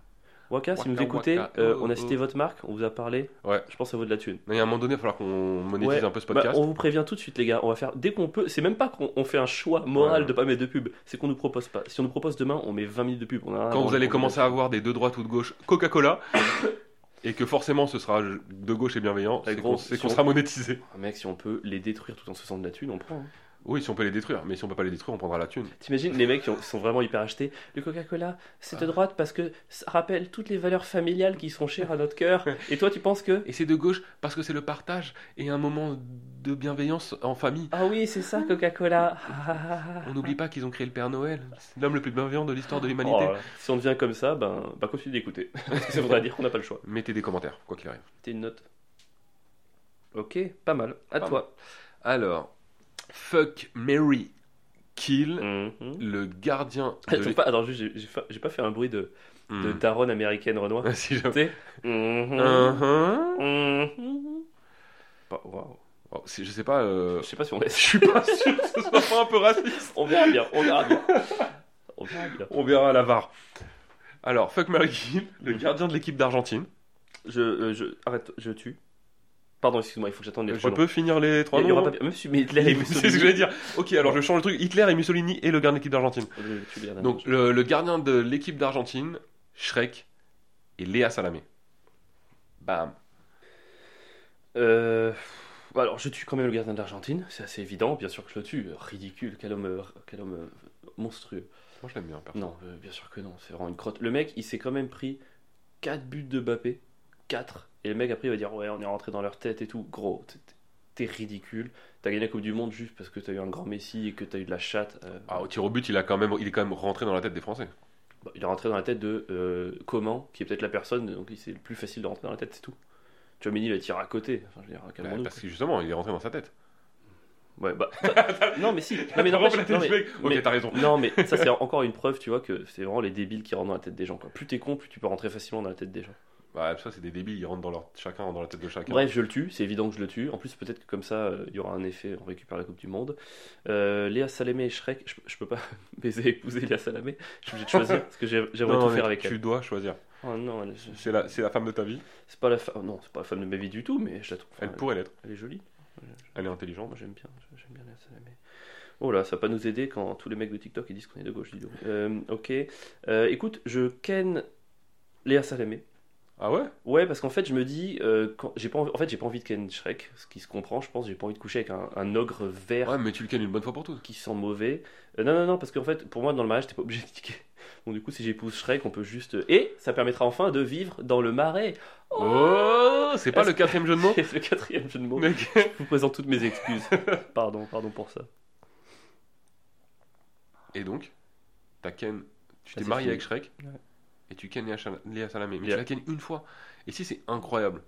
Waka, si Waka, vous nous écoutez, Waka, euh, oh, on a oh. cité votre marque, on vous a parlé. Ouais. Je pense que ça vaut de la thune. Mais à un moment donné, il va falloir qu'on monétise Ouais, un peu ce bah, podcast. on vous prévient tout de suite, les gars. On va faire dès qu'on peut. C'est même pas qu'on on fait un choix moral Ouais. de pas mettre de pub. C'est qu'on nous propose pas. Si on nous propose demain, on met 20 minutes de pub. On a un- Quand vous on- allez on- commencer à avoir des deux droites ou de gauche Coca-Cola, et que forcément ce sera de gauche et bienveillant, Ouais, c'est gros, qu'on c'est si qu'on on- sera monétisé. Ah, Mec, si on peut les détruire tout en se sentant de la thune, on prend. hein. Oui, si on peut les détruire, mais si on peut pas les détruire, on prendra la thune. T'imagines les mecs qui ont- sont vraiment hyper achetés. Le Coca-Cola, c'est de droite parce que ça rappelle toutes les valeurs familiales qui sont chères à notre cœur. Et toi, tu penses que. Et c'est de gauche parce que c'est le partage et un moment de bienveillance en famille. Ah oui, c'est ça, Coca-Cola. Ah, ah, ah, ah. On n'oublie pas qu'ils ont créé le Père Noël, c'est l'homme le plus bienveillant de l'histoire de Oh, l'humanité. là là. si on devient comme ça, ben, ben continue d'écouter. Parce que ça voudrait dire qu'on n'a pas le choix. Mettez des commentaires, quoi qu'il arrive. T'es une note. Ok, pas mal. À Pas toi. Alors, fuck Mary kill Mhm. le gardien. de Attends, l'é- pas, attends, juste, j'ai- j'ai fa- j'ai pas fait un bruit de, de Hmm. daronne américaine Renoir. Si Tu j'avoue. sais Mhm. Uh-huh. Mhm. Bah, waouh. Oh, c'est- je sais pas. euh, Je sais pas si on Je laisse. suis pas sûr que ce soit pas un peu raciste. On verra bien, on verra bien. On verra bien. On verra à la VAR. Alors, fuck Mary Kill, le gardien de l'équipe d'Argentine. Je, euh, je, arrête, je tue. Pardon, excuse-moi, il faut que j'attende les Euh, Je trois peux finir les trois noms. Il y noms aura non pas- Même si mais il est C'est ce que j'allais dire. Ok, alors je change le truc. Hitler et Mussolini et le gardien de l'équipe d'Argentine. Donc, le, le gardien de l'équipe d'Argentine, Shrek et Léa Salamé. Bam. Euh, bah alors, je tue quand même le gardien de l'Argentine, c'est assez évident, bien sûr que je le tue. Ridicule, quel homme, euh, quel homme euh, monstrueux. Moi, je l'aime bien. perso. Non, euh, bien sûr que non, c'est vraiment une crotte. Le mec, il s'est quand même pris 4 buts de Bappé, 4. Et le mec, après, il va dire Ouais, on est rentré dans leur tête et tout. Gros, t'es- t'es ridicule. T'as gagné la Coupe du Monde juste parce que t'as eu un grand Messi et que t'as eu de la chatte. euh, Ah, au tir au but, il, a quand même, il est quand même rentré dans la tête des Français. Bah, il est rentré dans la tête de euh, comment, qui est peut-être la personne, donc c'est le plus facile de rentrer dans la tête, c'est tout. Chouameni il va tirer à côté. Enfin, je veux dire, Bah, calmons-nous. parce que justement, il est rentré dans sa tête. Ouais, bah. ça- non, mais si. Non, mais, Vraiment, n'empêche- la tête non, du mais, mec. Ok, mais- t'as raison. non, mais ça, c'est encore une preuve, tu vois, que c'est vraiment les débiles qui rentrent dans la tête des gens. Quoi. Plus t'es con, plus tu peux rentrer facilement dans la tête des gens. Bah, ça, c'est des débiles. Ils rentrent dans leur... Chacun rentre dans la tête de chacun. Bref, je le tue, c'est évident que je le tue. En plus, peut-être que comme ça, euh, il y aura un effet, on récupère la Coupe du Monde. Euh, Léa Salamé et Shrek, je, je peux pas baiser, épouser Léa Salamé. Je suis obligé de choisir, parce que j'ai- j'aimerais Non, tout mais faire avec tu elle. dois choisir. Oh non, elle- je- C'est la, c'est la femme de ta vie. c'est pas la femme, non, c'est pas la femme de ma vie du tout, mais je la trouve. enfin, Elle pourrait l'être. elle est jolie. Elle est intelligente. Moi j'aime bien, j'aime bien la Salamé. Oh là, ça va pas nous aider quand tous les mecs de TikTok ils disent qu'on est de gauche, dis donc. Euh, ok. Euh, écoute, je ken Léa Salamé. Ah ouais Ouais, parce qu'en fait, je me dis, euh, quand- j'ai pas envie- en fait, j'ai pas envie de ken Shrek, ce qui se comprend, je pense, j'ai pas envie de coucher avec un, un ogre vert Ouais, mais tu le cannes une bonne fois pour toutes. qui sent mauvais. Euh, non, non, non, parce qu'en fait, pour moi, dans le mariage, t'es pas obligé de tiquer. Donc, du coup, si j'épouse Shrek, on peut juste. euh, Et ça permettra enfin de vivre dans le marais. Oh C'est pas Est-ce le quatrième jeu de mots C'est le quatrième jeu de mots. Mec. Je vous présente toutes mes excuses. Pardon, pardon pour ça. Et donc, t'as ken... Tu Ah, t'es c'est marié fini. avec Shrek Ouais. et tu ken Léa Chal- Léa Salamé. Mais Yeah. tu la ken une fois. Et si c'est incroyable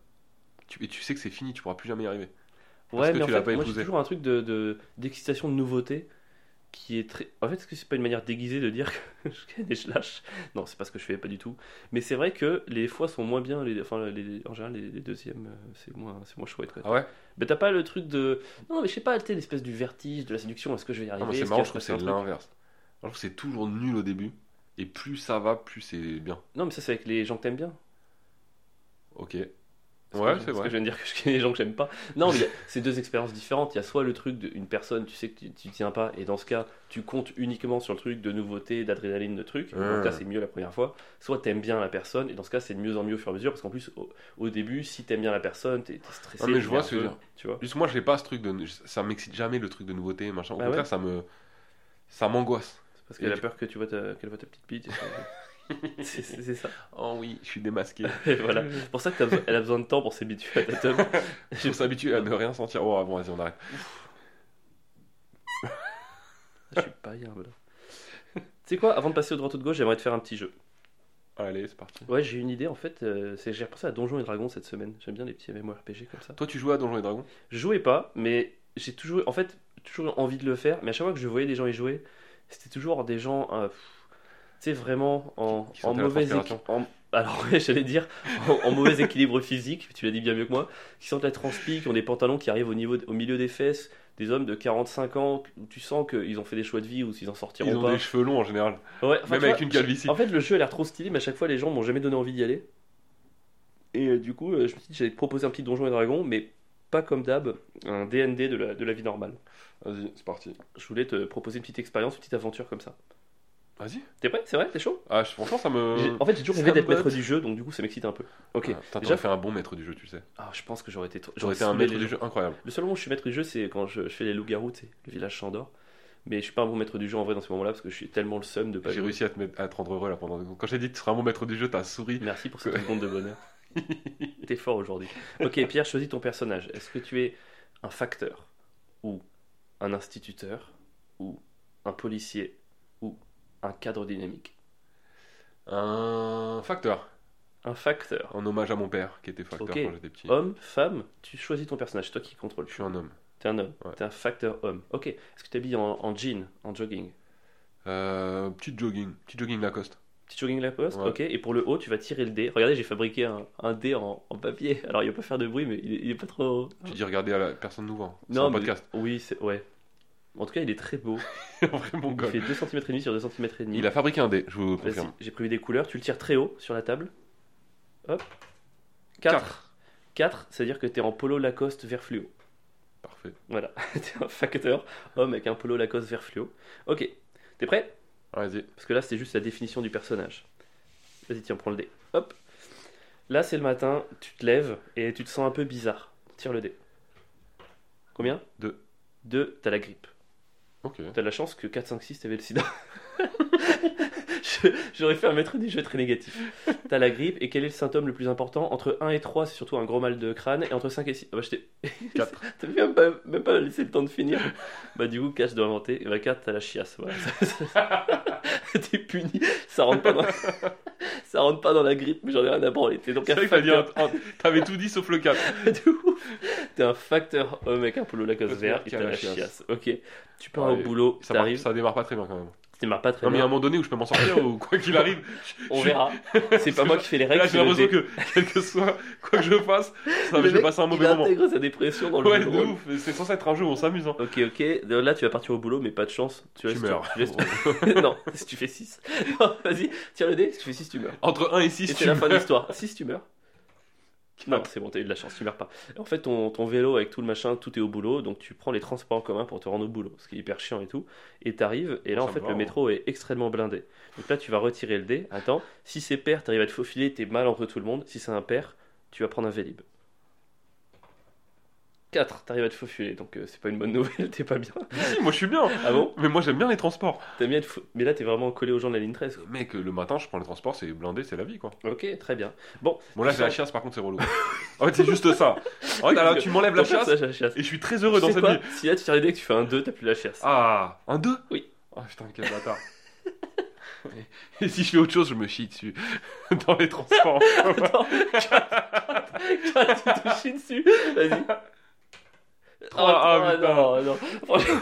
tu, Et tu sais que c'est fini, tu pourras plus jamais y arriver. Parce Ouais, que mais en tu l'as fait, pas moi j'ai épousé. toujours un truc de, de- d'excitation de nouveauté qui est très. En fait, est-ce que c'est pas une manière déguisée de dire que je gagne et je lâche Non, c'est pas ce que je fais, pas du tout. Mais c'est vrai que les fois sont moins bien, les, enfin, les- en général, les, les deuxièmes, euh, c'est moins, c'est moins chouette. Quoi. Ah ouais Mais t'as pas le truc de. Non, mais je sais pas, tu sais, l'espèce du vertige, de la séduction, est-ce que je vais y Non, arriver Ah, mais c'est est-ce marrant, qu'il je va trouve que se c'est passer un truc l'inverse. Je trouve que c'est toujours nul au début. Et plus ça va, plus c'est bien. Non, mais ça, c'est avec les gens que t'aimes bien. Ok. Parce Ouais, que- c'est parce que vrai. je viens de dire que je connais les gens que j'aime pas. Non, mais il y a- c'est deux expériences différentes. Il y a soit le truc d'une personne, tu sais que tu, tu tiens pas, et dans ce cas, tu comptes uniquement sur le truc de nouveauté, d'adrénaline, de truc. Dans ce Hmm. cas, c'est mieux la première fois. Soit t'aimes bien la personne, et dans ce cas, c'est de mieux en mieux au fur et à mesure. Parce qu'en plus, au, au début, si t'aimes bien la personne, t'es t'es stressé. Ah, mais t'es je vois ce que nerveux, tu veux Tu vois Juste moi, j'ai pas ce truc de. Ça m'excite jamais le truc de nouveauté, machin. Au Bah contraire, ouais. ça me. Ça m'angoisse. C'est parce qu'elle Et a tu- peur que tu vois ta, qu'elle voit ta petite bite. et c'est- c'est c'est ça. Oh oui, je suis démasqué. Et voilà. C'est pour ça qu'elle a besoin de temps pour s'habituer à ta teub. Je s'habitue à ne rien sentir. Oh, bon, vas-y, on arrête. Je suis pas hier, voilà. Tu sais quoi, avant de passer au droit ou de gauche, j'aimerais te faire un petit jeu. Allez, c'est parti. Ouais, j'ai une idée en fait. euh, c'est j'ai repensé à Donjons et Dragons cette semaine. J'aime bien les petits MMORPG comme ça. Toi, tu jouais à Donjons et Dragons Je jouais pas, mais j'ai toujours, en fait, toujours eu envie de le faire. Mais à chaque fois que je voyais des gens y jouer, c'était toujours des gens, euh, pff, tu sais, vraiment en, Qui- qui en sentaient la mauvais équilibre. transpiration. Alors ouais, j'allais dire en, en mauvais équilibre physique. Tu l'as dit bien mieux que moi. Qui sentent la transpi, qui ont des pantalons qui arrivent au niveau, au milieu des fesses. Des hommes de 45 ans où tu sens qu'ils ont fait des choix de vie ou s'ils en sortiront Ils ont pas. des cheveux longs en général. Ouais, enfin, Même tu avec vois, une calvitie. en fait, le jeu a l'air trop stylé, mais à chaque fois, les gens m'ont jamais donné envie d'y aller. Et euh, du coup, euh, je me suis dit, j'allais te proposer un petit donjon et dragon, mais pas comme d'hab, un DND de la, de la vie normale. Vas-y, c'est parti. Je voulais te proposer une petite expérience, une petite aventure comme ça. Vas-y. T'es prêt C'est vrai T'es chaud Ah, je- franchement, ça J'ai- me. En fait, j'ai toujours ça rêvé me d'être botte. maître du jeu, donc du coup, ça m'excite un peu. Ok. Ah, putain, Déjà- J'aurais fait un bon maître du jeu, tu sais. Ah, je pense que j'aurais été trop. J'aurais été un saoulé maître les du gens. jeu incroyable. Le seul moment où je suis maître du jeu, c'est quand je, je fais les loups-garous, tu sais, le village Chandor. Mais je suis pas un bon maître du jeu en vrai dans ce moment-là, parce que je suis tellement le seum de pas J'ai jouer. réussi à te, mettre- à te rendre heureux là pendant deux secondes. Quand j'ai dit que tu seras un bon maître du jeu, t'as souri. Merci pour cette seconde de bonheur. T'es fort aujourd'hui. Ok, Pierre, choisis ton personnage. Est-ce que tu es un facteur ou un instituteur ou un policier ou un cadre dynamique Un facteur. Un facteur. En hommage à mon père qui était facteur Ok. Oh. quand j'étais petit. Homme, femme, tu choisis ton personnage, c'est toi qui contrôles. Je suis un homme. T'es un homme. Ouais. T'es un facteur homme. Ok. Est-ce que t'es habillé en, en jean, en jogging Euh, petit jogging, petit jogging Lacoste. Petit jogging Lacoste Ouais. Ok. Et pour le haut, tu vas tirer le dé. Regardez, j'ai fabriqué un, un dé en, en papier. Alors, il va pas faire de bruit, mais il est, il est pas trop. Tu dis, regardez, à la... personne nous vend. C'est Oh. Non, un mais- podcast. Oui, c'est. Ouais. En tout cas, il est très beau. Vraiment Il gol. fait 2 cm et demi sur 2 cm et demi. Il a fabriqué un dé, je vous Vas-y, confirme. j'ai prévu des couleurs. Tu le tires très haut sur la table. Hop. 4. Quatre. 4, c'est-à-dire que t'es en polo Lacoste vert fluo. Parfait. Voilà, t'es un facteur homme avec un polo Lacoste vert fluo. Ok, t'es prêt Vas-y. Parce que là, c'était juste la définition du personnage. Vas-y, tiens, prends le dé. Hop. Là, c'est le matin, tu te lèves et tu te sens un peu bizarre. Tire le dé. Combien Deux. 2, t'as la grippe. Ok. T'as de la chance que 4, 5, 6, t'avais le sida. Je- J'aurais fait un maître des jeux très négatif. T'as la grippe, et quel est le symptôme le plus important Entre 1 et 3, c'est surtout un gros mal de crâne, et entre 5 et 6. Ah bah, je t'ai- Quatre. t'as même pas, même pas laissé le temps de finir. Bah, du coup, 4, je dois inventer. Et bah, 4, t'as la chiasse. Voilà. T'es puni. Ça rentre, pas dans... Ça rentre pas dans la grippe, mais j'en ai rien à branler. T'es donc C'est un vrai que t'as dit facteur. un- un- T'avais tout dit sauf le 4. de ouf. T'es un facteur homme avec un polo Lacoste Facteur vert, et qui a t'as la la chiasse. chiasse. Ok. Tu pars au Ouais, boulot, Ça, marche- t'arrives. ça démarre pas très bien quand même. Tu démarres pas très Non, mais il y a bien. un moment donné où je peux m'en sortir ou quoi qu'il arrive. je- On je- verra. C'est pas moi qui fais les règles. Là, j'ai c'est le l'impression dé. que, quel que soit, quoi que je fasse, ça, Le je vais mec, passer un il mauvais moment. intègre sa dépression dans le Ouais, jeu de de rôle. ouf, mais c'est censé être un jeu où on s'amuse. hein. Ok, ok. Là, tu vas partir au boulot, mais pas de chance. Tu, Tu laisses meurs. tu laisses non, si tu fais 6. Vas-y, tire le dé. Si tu fais 6, tu meurs. Entre 1 et Et 6, c'est tu la fin de meurs. l'histoire. 6, tu meurs. Non, c'est bon, t'as eu de la chance, tu meurs pas. En fait, ton, ton vélo avec tout le machin, tout est au boulot, donc tu prends les transports en commun pour te rendre au boulot, ce qui est hyper chiant et tout. Et t'arrives, et là, en Ça fait, me va, le hein. métro est extrêmement blindé. Donc là, tu vas retirer le dé. Attends, si c'est pair, t'arrives à te faufiler, t'es mal entre tout le monde. Si c'est impair, tu vas prendre un vélib. 4, t'arrives à te faufiler, donc euh, c'est pas une bonne nouvelle, t'es pas bien. Si, moi je suis bien. Ah bon Mais moi j'aime bien les transports. T'aimes bien être fou- Mais là, t'es vraiment collé aux gens de la ligne 13. Mais Mec, le matin je prends les transports, c'est blindé, c'est la vie quoi. Ok, très bien. Bon, là Tu j'ai la sens- chiasse par contre, c'est relou. en fait, c'est juste ça. En fait, alors tu m'enlèves la T'en fais chiasse ça, j'ai la chasse. et je suis très heureux Tu dans sais cette quoi vie. Si là, tu tires le dé et que tu fais un 2, t'as plus la chasse. Ah, un 2 Oui. Ah putain, quel bâtard. et si je fais autre chose, je me chie dessus. dans les transports. Attends, tu te chies dessus. Vas-y. Trois, ah, putain. non, non. Franchement,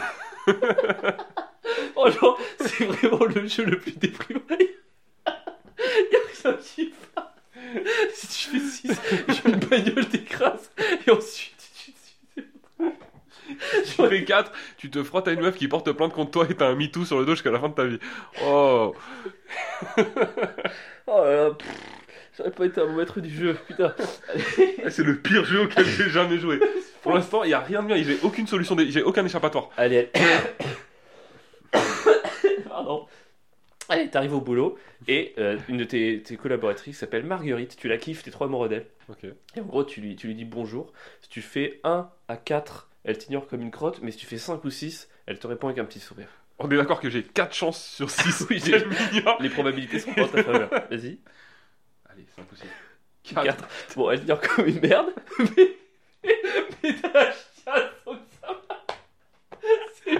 Franchement, c'est vraiment le jeu le plus déprimant. Ça me chie pas. Si tu fais 6, j'ai une bagnole t'écrase et ensuite tu te chies dessus. tu fais 4, tu te frottes à une meuf qui porte plainte contre toi et t'as un MeToo sur le dos jusqu'à la fin de ta vie. Oh, Oh là là, pff, j'aurais pas été un bon maître du jeu, putain. c'est le pire jeu auquel j'ai jamais joué. Pour l'instant, il n'y a rien de bien, j'ai aucune solution, des- j'ai aucun échappatoire. Allez, allez. Pardon. Allez, t'arrives au boulot et euh, une de tes, tes collaboratrices s'appelle Marguerite. Tu la kiffes, t'es trois amoureux d'elle. Ok. Et en gros, tu lui, tu lui dis bonjour. Si tu fais 1 à 4, elle t'ignore comme une crotte, mais si tu fais 5 ou 6, elle te répond avec un petit sourire. On est d'accord que j'ai 4 chances sur 6. Oui, j'ai- Les probabilités sont pas en ta faveur. Vas-y. Allez, 5 ou 6. Quatre. Bon, elle t'ignore comme une merde, mais. Mais t'as la chasse, donc ça va. C'est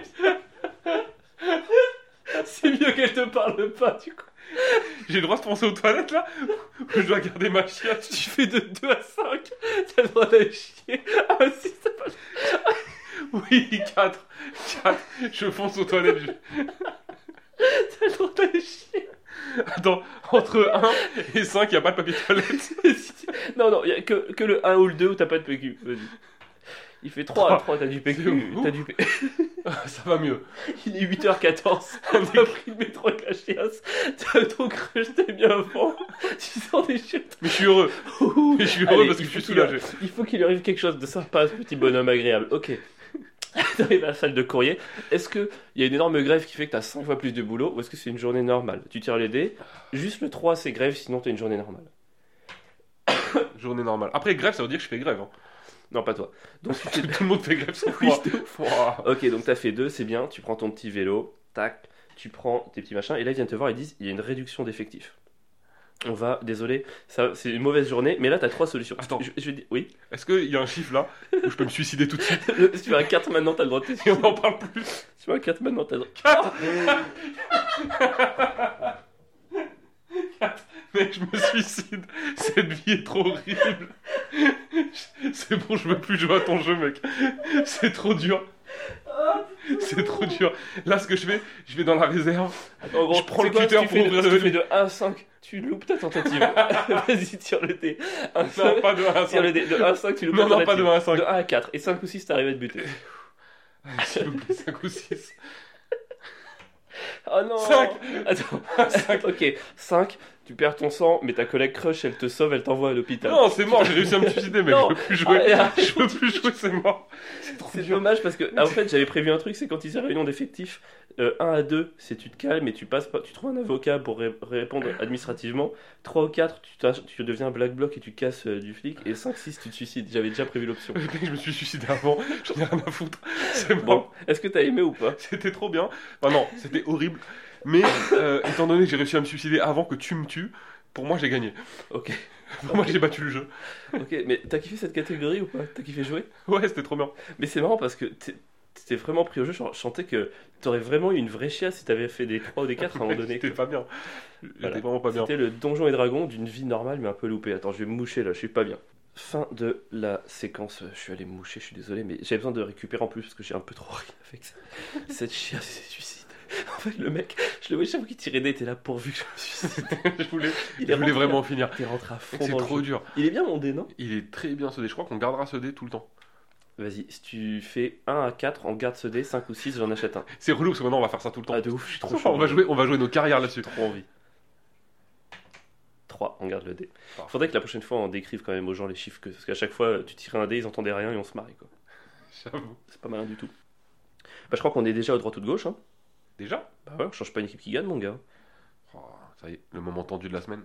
mieux. C'est mieux qu'elle te parle pas, du coup. J'ai le droit de penser aux toilettes là Ou je dois garder ma chiasse Tu fais de 2 à 5, t'as le droit d'aller chier. Ah, si, ça va. Oui, 4. 4. Je fonce aux toilettes. je- T'as le droit d'aller chier. Attends, entre 1 et 5, il n'y a pas de papier toilette. Si tu- Non, non, y a que, que le 1 ou le 2 où t'as pas de PQ. Vas-y. Il fait 3 à 3, t'as du PQ. C'est T'as du P- Ah, Ça va mieux. Il est 8h14, t'as pris le métro avec la chiasse, t'as ton crush, t'es bien avant, tu sors des chiottes. Mais je suis heureux. Mais je suis heureux Allez, parce que il je suis faut qu'il soulagé. Il faut qu'il lui arrive quelque chose de sympa, ce petit bonhomme agréable. Ok. T'arrives à la salle de courrier. Est-ce qu'il y a une énorme grève qui fait que t'as 5 fois plus de boulot ou est-ce que c'est une journée normale Tu tires les dés. Juste le 3, c'est grève, sinon t'as une journée normale. Journée normale. Après, grève, ça veut dire que je fais grève. hein. Non, pas toi. Donc tu Tout fais- le monde fait grève sauf Oui, moi. je te- Ouah. Ok, donc t'as fait 2, c'est bien. Tu prends ton petit vélo, tac, tu prends tes petits machins. Et là, ils viennent te voir et disent il y a une réduction d'effectifs. On va, désolé, ça, c'est une mauvaise journée, mais là, t'as trois solutions. Attends. Je, je dis, oui. Est-ce qu'il y a un chiffre là où je peux me suicider tout de suite si tu fais un 4 maintenant, t'as le droit de te et on n'en parle plus Tu vois, 4 maintenant, t'as le droit. Mec, je me suicide. Cette vie est trop horrible. Je- c'est bon, je veux plus jouer à ton jeu, mec. C'est trop dur. C'est trop dur. Là, ce que je fais, je vais dans la réserve. En gros, Je prends c'est le quoi, cutter tu pour fais de- ouvrir si le- Tu fais de 1 à 5, tu loupes ta tentative. Vas-y, tire le dé. Un, Non, cinq, pas de 1 à tire le 5. dé. De 1 à 5, tu loupes Non, ta non, pas de tentative. 1 à 5. De 1 à 4. Et 5 ou 6, t'arrives à te buter. S'il vous plaît, 5 ou 6. Oh non Cinq. Attends, ok. 5, tu perds ton sang, mais ta collègue crush, elle te sauve, elle t'envoie à l'hôpital. Non, c'est mort, j'ai réussi à me suicider, mec. Non. Je veux plus Ah, jouer. et arrête. Je veux plus jouer, c'est mort. C'est trop C'est dur. dommage parce que en fait j'avais prévu un truc c'est quand ils faisaient réunion d'effectifs 1 euh, à 2 c'est tu te calmes et tu passes pas tu trouves un avocat pour ré- répondre administrativement 3 ou 4 tu, t'ach- tu deviens black bloc et tu casses euh, du flic et 5 6 tu te suicides j'avais déjà prévu l'option Mec, je me suis suicidé avant. J'en ai rien à foutre. C'est mort. bon est-ce que t'as aimé ou pas C'était trop bien. Enfin non, c'était horrible. Mais euh, étant donné que j'ai réussi à me suicider avant que tu me tues, pour moi j'ai gagné. ok Pour moi j'ai battu le jeu. ok mais t'as kiffé cette catégorie ou pas t'as kiffé jouer Ouais, c'était trop bien. mais c'est marrant parce que t'es- t'étais vraiment pris au jeu je je sentais que t'aurais vraiment eu une vraie chiasse si t'avais fait des 3 ou des 4 à un moment donné J'étais pas bien. Voilà. J'étais vraiment pas bien. C'était le donjon et dragon d'une vie normale mais un peu loupée. Attends, je vais me moucher là, je suis pas bien. Fin de la séquence, je suis allé me moucher, je suis désolé, mais j'avais besoin de récupérer en plus parce que j'ai un peu trop ri avec ça. cette chiasse c'est suicide. En fait, le mec, je le voyais chaque fois qu'il tirait des, t'es là pourvu que je me suicide. je voulais, Il je est voulais rentré- vraiment finir. T'es rentré à fond C'est dans le trop jeu. dur. Il est bien mon dé, non Il est très bien ce dé. Je crois qu'on gardera ce dé tout le temps. Vas-y, si tu fais 1 à 4, on garde ce dé, 5 ou 6, j'en achète un. C'est relou parce que maintenant on va faire ça tout le temps. Ah, de ouf, je suis trop chaud. on, va jouer, on va jouer nos carrières là-dessus. Trop envie. 3, on garde le dé. Parfait. Faudrait que la prochaine fois on décrive quand même aux gens les chiffres, que, parce qu'à chaque fois tu tirais un dé, ils entendaient rien et on se marrait quoi. J'avoue. C'est pas malin du tout. Bah, je crois qu'on est déjà au droit ou de gauche. Hein. Déjà Bah ouais, on change pas une équipe qui gagne, mon gars. Oh, Ça y est, le moment tendu de la semaine.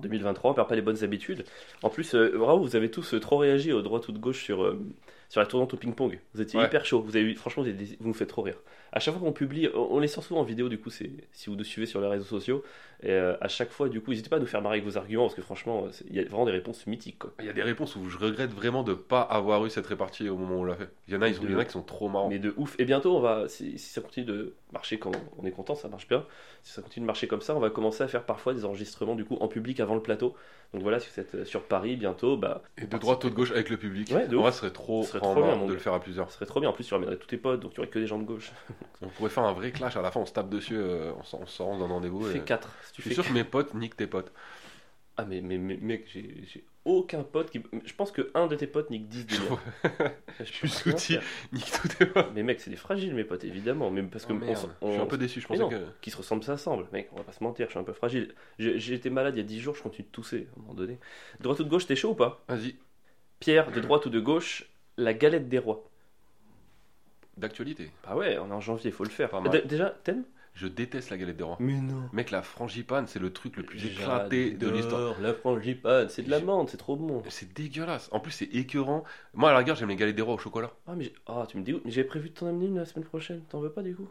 2023, on perd pas les bonnes habitudes. En plus, euh, bravo, vous avez tous euh, trop réagi au droit ou de gauche sur, euh, sur la tournante au ping-pong. Vous étiez Ouais. hyper chaud. Vous avez, eu- franchement, vous, avez des- vous nous faites trop rire. À chaque fois qu'on publie, on, on les sort souvent en vidéo, du coup, c'est si vous nous suivez sur les réseaux sociaux. Et euh, à chaque fois, du coup, n'hésitez pas à nous faire marrer avec vos arguments, parce que franchement, euh, c'est- il y a vraiment des réponses mythiques. Quoi. Il y a des réponses où je regrette vraiment de pas avoir eu cette répartie au moment où on l'a fait. Il y en a, ils sont, il y en a qui sont trop marrants. Mais de ouf. Et bientôt, on va, si, si ça continue de marcher quand on est content, ça marche bien. Si ça continue de marcher comme ça, on va commencer à faire parfois des enregistrements du coup en public avant le plateau. Donc voilà, si vous êtes euh, sur Paris bientôt, bah, Et de droite ou de gauche avec le public. Ouais, de En ouf. vrai, ce serait trop, Ce serait trop trop bien, marrant mon de gars. le faire à plusieurs. ce serait trop bien. En plus, tu ramènerais tous tes potes, donc tu aurais que des gens de gauche. On pourrait faire un vrai clash à la fin, on se tape dessus, euh, on s'en- on sort, on en des beaux. fais et- 4. Si tu Je suis fais sûr quatre- que mes potes niquent tes potes. Ah, mais, mais, mais mec, j'ai j'ai aucun pote qui. Je pense que un de tes potes nique 10 Je délires. Je suis peux rien souti. faire. Nique tous tes potes. Mais mec, c'est des fragiles, mes potes, évidemment. Mais parce que Oh, on merde. s- Je suis un on- peu déçu, je Mais pensais non. que. qui se ressemblent, ça semble. Mec, on va pas se mentir, je suis un peu fragile. J'ai j'ai été malade il y a 10 jours, je continue de tousser à un moment donné. Droite ou de gauche, t'es chaud ou pas Vas-y, Pierre, de droite ou de gauche, la galette des rois. d'actualité. Bah ouais, on est en janvier, il faut le faire. Pas mal. D- Déjà, t'aimes Je déteste la galette des rois. Mais non. Mec, la frangipane, c'est le truc le plus éclaté de l'histoire. La frangipane, c'est de la menthe, c'est trop bon. C'est dégueulasse. En plus, c'est écœurant. Moi, à la rigueur, j'aime les galettes des rois au chocolat. Ah, mais j'ai- ah, tu me dis, mais j'avais prévu de t'en amener une la semaine prochaine, t'en veux pas du coup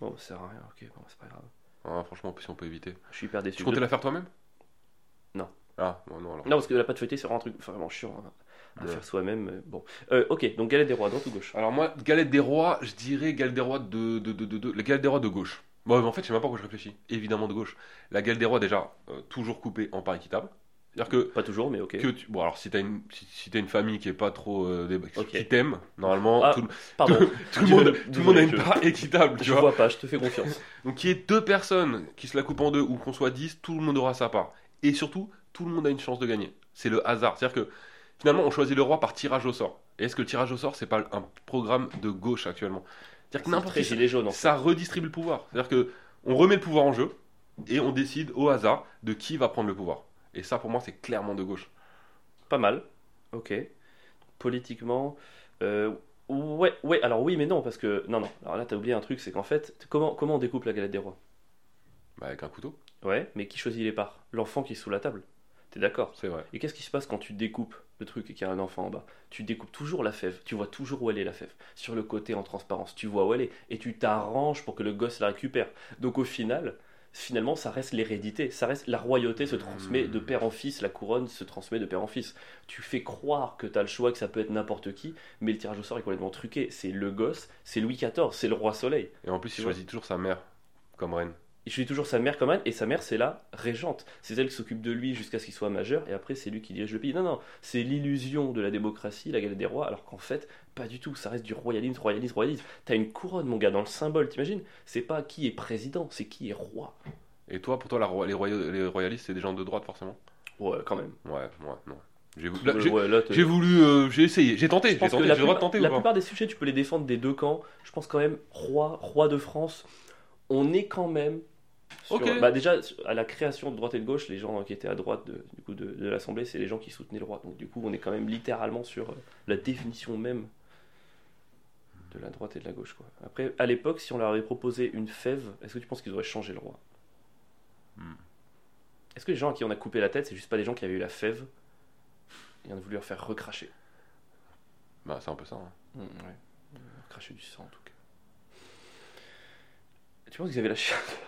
Bon, ça sert à rien, ok, bon, c'est pas grave. Ah, franchement, si on peut éviter. Je suis hyper Tu déçu. comptais la faire toi-même Non. Ah, non, non, alors. Non, parce que la pâte feuilletée, c'est vraiment un truc vraiment chiant hein, à Ouais. faire soi-même. euh, Bon, Euh, ok, donc galette des rois, droite ou gauche Alors moi, galette des rois, je dirais galette des rois de, de, de, de, de- la galette des rois de gauche. Bon, mais en fait, je sais même pas pourquoi je réfléchis. Évidemment de gauche. La galette des rois, déjà, euh, toujours coupée en parts équitables. C'est-à-dire que, Pas toujours, mais ok. que tu- bon, alors si t'as une, si, si t'as une famille qui est pas trop, euh, des- qui- Ok. qui t'aime, normalement, Ah, tout, le- Pardon, tout le monde, Désolé, tout le monde a une je- part équitable, tu je vois. vois pas, je te fais confiance. Donc qu'il y ait deux personnes qui se la coupent en deux ou qu'on soit 10, tout le monde aura sa part. Et surtout, tout le monde a une chance de gagner. C'est le hasard. C'est-à-dire que finalement, on choisit le roi par tirage au sort. Et est-ce que le tirage au sort, c'est pas un programme de gauche actuellement C'est-à-dire que C'est n'importe très qui, gilet jaune. en fait. ça redistribue le pouvoir. C'est-à-dire que on remet le pouvoir en jeu et on décide au hasard de qui va prendre le pouvoir. Et ça, pour moi, c'est clairement de gauche. Pas mal. Ok. Politiquement. euh, ouais, ouais, alors oui, mais non, parce que. Non, non. Alors là, t'as oublié un truc, c'est qu'en fait, t- comment, comment on découpe la galette des rois Bah, avec un couteau, Ouais, mais qui choisit les parts L'enfant qui est sous la table. T'es d'accord c'est vrai. Et qu'est-ce qui se passe quand tu découpes le truc et qu'il y a un enfant en bas Tu découpes toujours la fève, tu vois toujours où elle est la fève. Sur le côté en transparence, tu vois où elle est et tu t'arranges pour que le gosse la récupère. Donc au final, finalement, ça reste l'hérédité, ça reste la royauté se transmet de père en fils, la couronne se transmet de père en fils. Tu fais croire que tu as le choix, que ça peut être n'importe qui, mais le tirage au sort est complètement truqué. C'est le gosse, c'est Louis XIV, c'est le roi soleil. Et en plus, il Tu vois. choisit toujours sa mère comme reine. je suis toujours sa mère comme Anne, et sa mère, c'est la régente. C'est elle qui s'occupe de lui jusqu'à ce qu'il soit majeur, et après, c'est lui qui dirige le pays. Non, non, c'est l'illusion de la démocratie, la galette des rois, alors qu'en fait, pas du tout. Ça reste du royalisme, royalisme, royalisme. T'as une couronne, mon gars, dans le symbole, t'imagines C'est pas qui est président, c'est qui est roi. Et toi, pour toi, la roi- les, roya- les royalistes, c'est des gens de droite, forcément Ouais, quand même. Ouais, ouais, non. J'ai voulu, là, j'ai- Ouais, là, t'es- j'ai voulu, euh, j'ai essayé, j'ai tenté, Je j'ai pense tenté, que j'ai la, le droit de plupart- tenter la ou pas plupart des sujets, tu peux les défendre des deux camps. Je pense quand même, roi, roi de France, on est quand même. sur- Ok. bah déjà, à la création de droite et de gauche, les gens qui étaient à droite de, du coup, de, de l'Assemblée, c'est les gens qui soutenaient le roi. Donc du coup, on est quand même littéralement sur euh, la définition même de la droite et de la gauche. Quoi. Après, à l'époque, si on leur avait proposé une fève, est-ce que tu penses qu'ils auraient changé le roi Hmm. Est-ce que les gens à qui on a coupé la tête, c'est juste pas des gens qui avaient eu la fève et on a voulu leur faire recracher Bah, c'est un peu ça. hein. Mm, ouais. Cracher du sang en tout cas. Tu penses qu'ils avaient la chiasse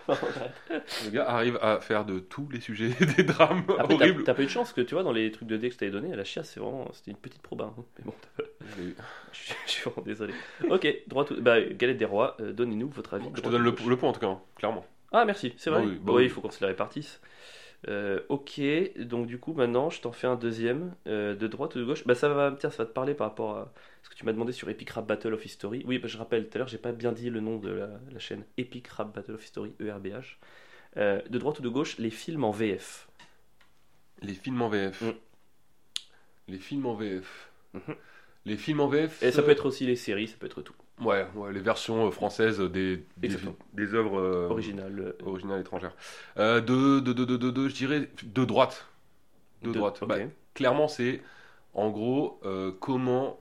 Le gars arrive à faire de tous les sujets des drames Après, t'as- horribles. T'as pas eu de chance que tu vois dans les trucs de dé que je t'avais donné, la chiasse c'est vraiment c'était une petite proba. hein. Mais bon, t'as- Et je je suis vraiment désolé. Ok, droit tout. Bah, galette des rois, euh, donnez-nous votre avis. Je te droite donne ou le, gauche. le point en tout cas, hein, clairement. Ah merci, c'est Bah vrai. oui, Oui, bah oui. il faut qu'on se la répartisse. Euh, ok, donc du coup maintenant je t'en fais un deuxième, euh, de droite ou de gauche. Bah ça va, tiens, ça va te parler par rapport à ce que tu m'as demandé sur Epic Rap Battle of History. Oui, bah, je rappelle, tout à l'heure j'ai pas bien dit le nom de la, la chaîne Epic Rap Battle of History, E ERBH. Euh, de droite ou de gauche, les films en VF. Les films en VF. Mm. Les films en VF. Mhm. Les films en VF. Et ça euh, peut être aussi les séries, ça peut être tout. Ouais, ouais, les versions euh, françaises des, des, Exactement. des œuvres euh, Original. euh, originales étrangères. Euh, de, de, de, de, de, de- je dirais de droite. De, droite. ok. Bah, clairement, c'est en gros euh, comment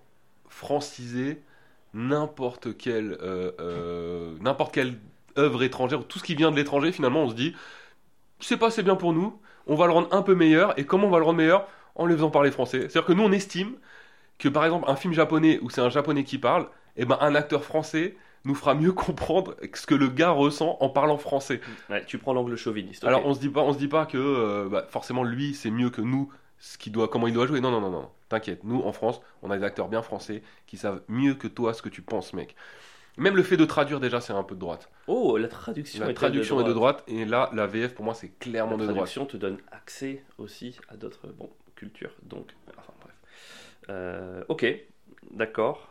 franciser n'importe quelle, euh, euh, n'importe quelle œuvre étrangère, ou tout ce qui vient de l'étranger, finalement, on se dit, c'est pas assez bien pour nous, on va le rendre un peu meilleur, et comment on va le rendre meilleur En le faisant parler français. C'est-à-dire que nous, on estime que, par exemple, un film japonais où c'est un japonais qui parle, eh ben, un acteur français nous fera mieux comprendre ce que le gars ressent en parlant français. Ouais, tu prends l'angle chauviniste. ok. Alors on se dit pas, on se dit pas que euh, bah, forcément lui c'est mieux que nous ce qu'il doit, comment il doit jouer. Non non non non. T'inquiète, nous en France, on a des acteurs bien français qui savent mieux que toi ce que tu penses, mec. Même le fait de traduire déjà c'est un peu de droite. Oh, la traduction, La est traduction est de droite et là la VF pour moi c'est clairement La de droite. traduction te donne accès aussi à d'autres bon, cultures. Donc, enfin bref. Euh, ok, d'accord.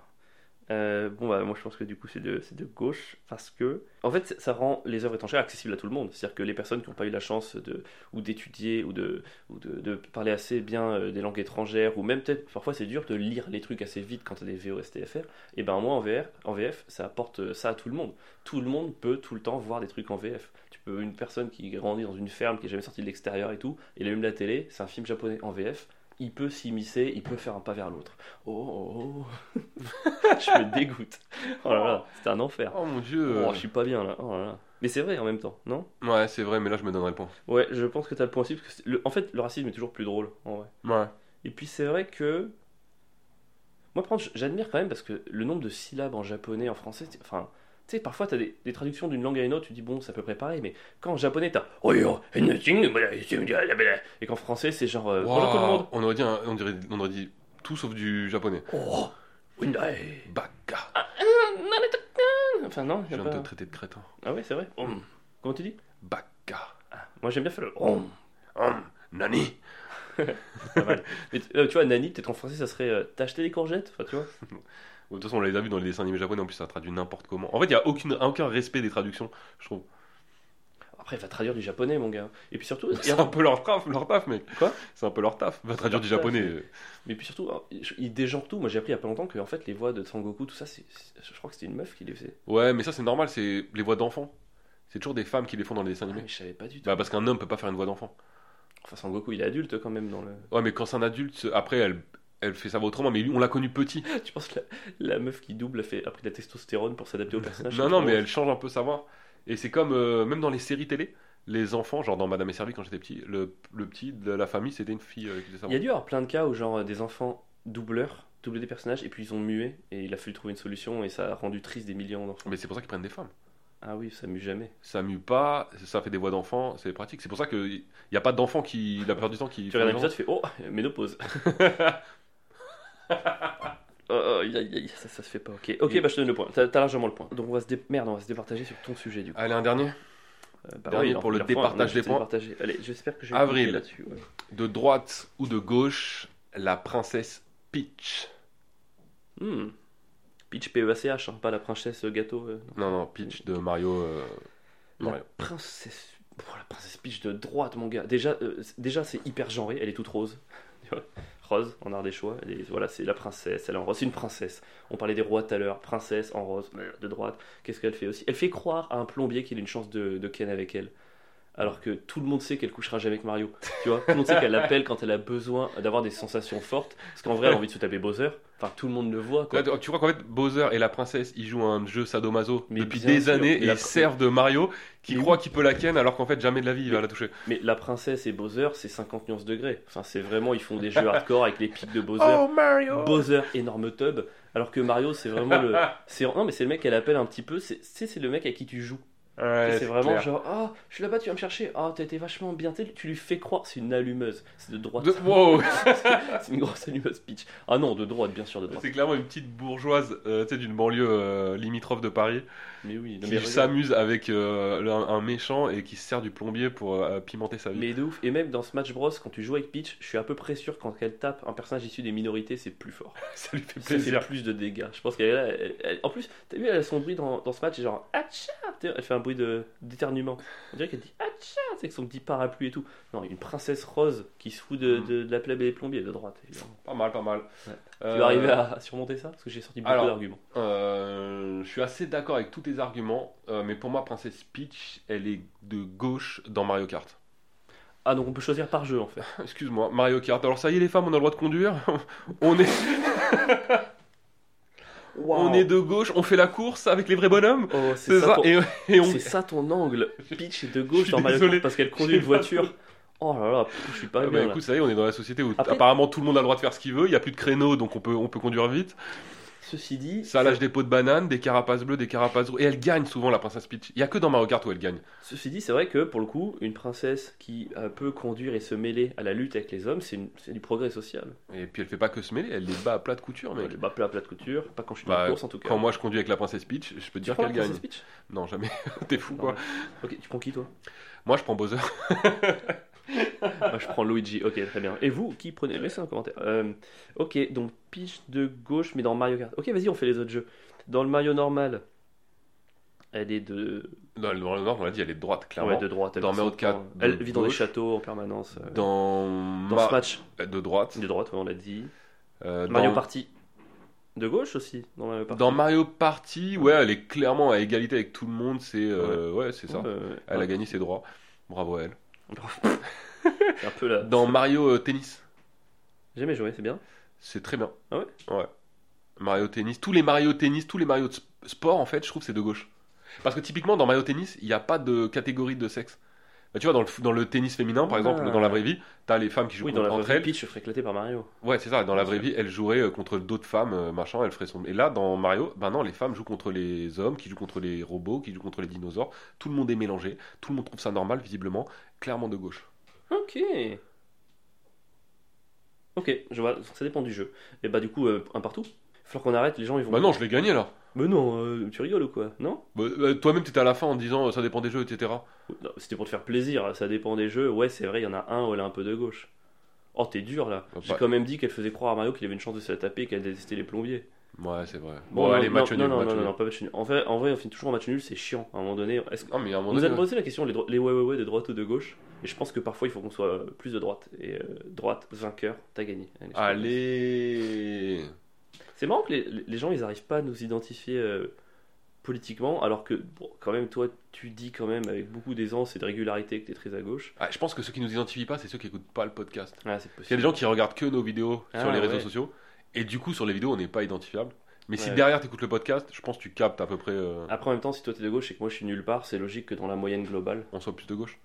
Euh, bon, bah, moi je pense que du coup c'est de, c'est de gauche parce que. En fait, c'est- ça rend les œuvres étrangères accessibles à tout le monde. C'est-à-dire que les personnes qui n'ont pas eu la chance de, ou d'étudier ou, de, ou de, de parler assez bien euh, des langues étrangères, ou même peut-être parfois c'est dur de lire les trucs assez vite quand tu as des VOSTFR, et ben moi en, VR, en VF ça apporte euh, ça à tout le monde tout le monde peut tout le temps voir des trucs en VF. Tu peux une personne qui grandit dans une ferme, qui est jamais sortie de l'extérieur et tout, il allume la télé, c'est un film japonais en VF, il peut s'immiscer, il peut faire un pas vers l'autre. Oh, oh, oh. je me dégoûte. Oh là là, c'est un enfer. Oh mon dieu. Oh, je suis pas bien là. Oh là là. Mais c'est vrai en même temps, non Ouais c'est vrai mais là je me donnerai le point. Ouais, je pense que t'as le point aussi parce que c'est- le- en fait le racisme est toujours plus drôle en vrai. Ouais. Et puis c'est vrai que. Moi, par contre, j'admire quand même parce que le nombre de syllabes en japonais, en français, c'est- enfin, tu sais, parfois t'as des, des traductions d'une langue à une autre, tu dis bon, c'est à peu près pareil, mais quand en japonais t'as. Oh, Et qu'en français c'est genre. euh, Bonjour tout le monde Waouh, on aurait dit un- on dirait on aurait dit tout sauf du japonais. Oh, Hyundai. Baka. Ah, Enfin, non, Je y a viens de pas. te traiter de crétin. Ah ouais, c'est vrai. Hum. Comment tu dis Baka. Moi j'aime bien faire le. hum. Hum, nani. Pas mal. Mais t- euh, tu vois, Nani, peut-être en français ça serait. euh, T'as acheté des courgettes Enfin, tu vois. De toute façon, on l'a déjà vu dans les dessins animés japonais, en plus ça traduit n'importe comment. En fait, il n'y a aucune, aucun respect des traductions, je trouve. Après, va traduire du japonais, mon gars. Et puis surtout. C'est un peu leur taf, leur taf, mec. Quoi C'est un peu leur taf. Va traduire du Leur japonais. taf, euh. Mais puis surtout, alors, je- il dégenre tout. Moi, j'ai appris il y a pas longtemps que en fait, les voix de Sangoku, tout ça, c'est, c'est- je crois que c'était une meuf qui les faisait. Ouais, mais ça c'est normal, c'est les voix d'enfants. C'est toujours des femmes qui les font dans les dessins Ah, animés. mais je savais pas du tout. Bah, parce qu'un homme peut pas faire une voix d'enfant. Enfin, Sangoku, il est adulte quand même dans le. Ouais, mais quand c'est un adulte, après elle, elle fait sa voix autrement, mais lui, on l'a connu petit. tu penses que la, la meuf qui double a, fait, a pris de la testostérone pour s'adapter au personnage Non, c'est non, trop mais drôle. elle change un peu sa voix. Et c'est comme, euh, même dans les séries télé, les enfants, genre dans Madame et Servie quand j'étais petit, le, le petit de la famille c'était une fille euh, qui faisait sa Il voix. y a dû y avoir plein de cas où genre euh, des enfants doubleurs doublent des personnages et puis ils ont mué et il a fallu trouver une solution et ça a rendu triste des millions d'enfants. Mais c'est pour ça qu'ils prennent des femmes. Ah oui, ça mue jamais. ça mue pas, ça fait des voix d'enfants, c'est pratique. C'est pour ça qu'il n'y a pas d'enfants qui, la plupart du temps, qui. Tu regardes un épisode, tu fais oh ménopause. Oh, oh, aïe, aïe, aïe, ça, ça se fait pas. Ok, ok, Et- bah je te donne le point. T'as, t'as largement le point. Donc on va se dé- merde, on va se départager sur ton sujet du coup. Allez, un dernier. bah Dernier oui, pour le leur point, départage on a des juste points. départagé. Allez, j'espère que je vais Avril. cliquer là-dessus. ouais. De droite ou de gauche, la princesse Peach. Hmm. Peach P-E-A-C-H, hein, pas la princesse gâteau. euh, non. Non, non, Peach de Mario. euh, Mario. La princesse. Oh, la princesse Peach de droite, mon gars. Déjà, euh, c'est- déjà c'est hyper genré, elle est toute rose. Tu vois rose, en art des choix. Elle est- voilà, c'est la princesse, elle est en rose. C'est une princesse. On parlait des rois tout à l'heure. Princesse en rose, de droite. Qu'est-ce qu'elle fait aussi Elle fait croire à un plombier qu'il a une chance de, de ken avec elle. Alors que tout le monde sait qu'elle couchera jamais avec Mario. Tu vois, tout le monde sait qu'elle l'appelle quand elle a besoin d'avoir des sensations fortes. Parce qu'en vrai, elle a envie de se taper Bowser. Enfin, tout le monde le voit. Quoi. Là, tu tu crois qu'en fait, Bowser et la princesse, ils jouent à un jeu sadomaso Mais depuis bien des sûr, années mais et la- ils servent de Mario qui Mais croit qu'il peut la ken alors qu'en fait, jamais de la vie, il va Mais- la toucher. Mais la princesse et Bowser, c'est 50 nuances degrés. Enfin, c'est vraiment, ils font des jeux hardcore avec les pics de Oh, Bowser. Oh, Mario Bowser, énorme tub. Alors que Mario, c'est vraiment le. c'est- Non, mais c'est le mec qu'elle appelle un petit peu. C'est, tu sais, c'est le mec à qui tu joues. Tu sais, c'est vraiment genre, ah, je suis là-bas, tu vas me chercher. Ah, t'as été vachement bien. Tu sais, tu lui fais croire, c'est une allumeuse. C'est de droite. De- Wow. c'est une grosse allumeuse pitch. Ah non, de droite, bien sûr, de droite. C'est clairement une petite bourgeoise euh, tu sais, d'une banlieue euh, limitrophe de Paris Mais oui, non, mais, qui regarde. s'amuse avec euh, un, un méchant et qui se sert du plombier pour euh, pimenter sa vie. Mais de ouf. Et même dans Smash Bros, quand tu joues avec Peach, je suis à peu près sûr quand elle tape un personnage issu des minorités, c'est plus fort. Ça lui fait Ça fait plaisir. plus de dégâts. Je pense qu'elle est là. elle- elle- en plus, t'as vu, elle a son bruit dans, dans ce match, c'est genre Atcha Tu sais, Elle fait un bruit de- d'éternuement. On dirait qu'elle dit Atcha C'est avec son petit parapluie et tout. Non, une princesse rose qui se fout de, Hmm. de- de la plèbe et des plombiers de droite. évidemment. Pas mal, pas mal. Ouais. Euh, Tu vas arriver à surmonter ça Parce que j'ai sorti beaucoup alors, d'arguments. euh, je suis assez d'accord avec tous tes arguments, euh, mais pour moi, Princesse Peach, elle est de gauche dans Mario Kart. Ah, donc on peut choisir par jeu en fait. Excuse-moi, Mario Kart. Alors ça y est, les femmes, on a le droit de conduire. on est, on est de gauche, on fait la course avec les vrais bonhommes. Oh, c'est C'est ça, ça. ton... Et, et on. c'est ça ton angle. Peach est Je de gauche suis dans Mario désolé. Kart parce qu'elle conduit une J'ai pas voiture. Oh là là, pff, je suis pas Ah bah, bien là. écoute, ça y est, on est dans la société où Après- apparemment tout le monde a le droit de faire ce qu'il veut. Il y a plus de créneaux, donc on peut, on peut conduire vite. Ceci dit, Ça lâche des pots de bananes, des carapaces bleues, des carapaces rouges. Et elle gagne souvent la princesse Peach. Il y a que dans Mario Kart où elle gagne. Ceci dit, c'est vrai que pour le coup, une princesse qui euh, peut conduire et se mêler à la lutte avec les hommes, c'est une- c'est du progrès social. Et puis elle fait pas que se mêler, elle les bat à plat de couture. Mais Elle bat plat à plat de couture, pas quand je suis dans Bah, la course en tout cas. quand moi je conduis avec la princesse Peach, je peux te tu dire prends la qu'elle gagne. princesse Peach Non, jamais. T'es fou Non, quoi. ouais. Ok, tu prends qui toi Moi je prends Bowser. Bah, Moi je prends Luigi, ok très bien. Et vous, qui prenez Laissez un commentaire. Euh, ok, donc Peach de gauche, mais dans Mario Kart. Ok, vas-y, on fait les autres jeux. Dans le Mario normal, elle est de, Dans le dans le Nord, on l'a dit, elle est de droite, clairement. ouais, de droite. Elle Dans passe son Mario Kart, temps- de Elle vit dans des gauche. châteaux en permanence. euh, Dans, Dans Ma- Smash, de droite. de droite, ouais, on l'a dit. Euh, Mario dans... Party. De gauche aussi, dans Mario Party. Dans Mario Party, ouais, elle est clairement à égalité avec tout le monde. C'est euh, ouais, c'est ça. Euh, Elle a ouais. gagné ses droits. Bravo à elle. C'est un peu la... Dans Mario euh, Tennis, J'ai Jamais joué, c'est bien. c'est très bien. Ah ouais Mario Tennis, tous les Mario Tennis, tous les Mario de sp- sport, en fait, je trouve que c'est de gauche. Parce que typiquement, dans Mario Tennis, il n'y a pas de catégorie de sexe. Bah, tu vois, dans le, f- dans le tennis féminin, par Ah. exemple, dans la vraie vie, t'as les femmes qui jouent Oui, dans la entre vraie elles. vie, Peach, je ferais éclater par Mario. Ouais, c'est ça. Dans la vraie C'est vie, elle jouerait euh, contre d'autres femmes, euh, machin, elle ferait son. Et là, dans Mario, ben non, les femmes jouent contre les hommes, qui jouent contre les robots, qui jouent contre les dinosaures. Tout le monde est mélangé. Tout le monde trouve ça normal, visiblement. Clairement de gauche. Ok. Ok, je vois. Ça dépend du jeu. Et bah du coup, euh, un partout. Falloir qu'on arrête, les gens ils vont. Bah non, je l'ai gagné là. Mais non, euh, tu rigoles ou quoi Non, Bah, euh, Toi-même, t'étais à la fin en disant euh, ça dépend des jeux, etc. Non, C'était pour te faire plaisir. Ça dépend des jeux. Ouais, c'est vrai, il y en a un où elle a un peu de gauche. Oh, t'es dur là. Ah, J'ai bah. quand même dit qu'elle faisait croire à Mario qu'il avait une chance de se la taper et qu'elle détestait les plombiers. Ouais, c'est vrai. Bon, Bon, non, allez, non, match non, nul. Non, match non, nul. non, pas match nul. En, fait, en vrai, on finit toujours en match nul, c'est chiant. À un moment donné, est-ce Non, mais à un moment On nous a donné. ouais. posé la question, les, dro- les ouais, ouais, ouais de droite ou de gauche. Et je pense que parfois il faut qu'on soit euh, plus de droite. Et euh, droite, vainqueur, t'as gagné. Allez, je te laisse. Allez. C'est marrant que les, les gens ils arrivent pas à nous identifier euh, politiquement, alors que bon, quand même, toi tu dis quand même avec beaucoup d'aisance et de régularité que t'es très à gauche. Ah, je pense que ceux qui nous identifient pas, c'est ceux qui écoutent pas le podcast. Ah, c'est Il y a possible. des gens qui regardent que nos vidéos Ah, sur les réseaux ouais. sociaux. Et du coup, sur les vidéos, on n'est pas identifiable. Mais si Ouais. Ah. derrière, t'écoutes le podcast, je pense que tu captes à peu près. euh, Après, en même temps, si toi t'es de gauche et que moi je suis nulle part, c'est logique que dans la moyenne globale. on soit plus de gauche.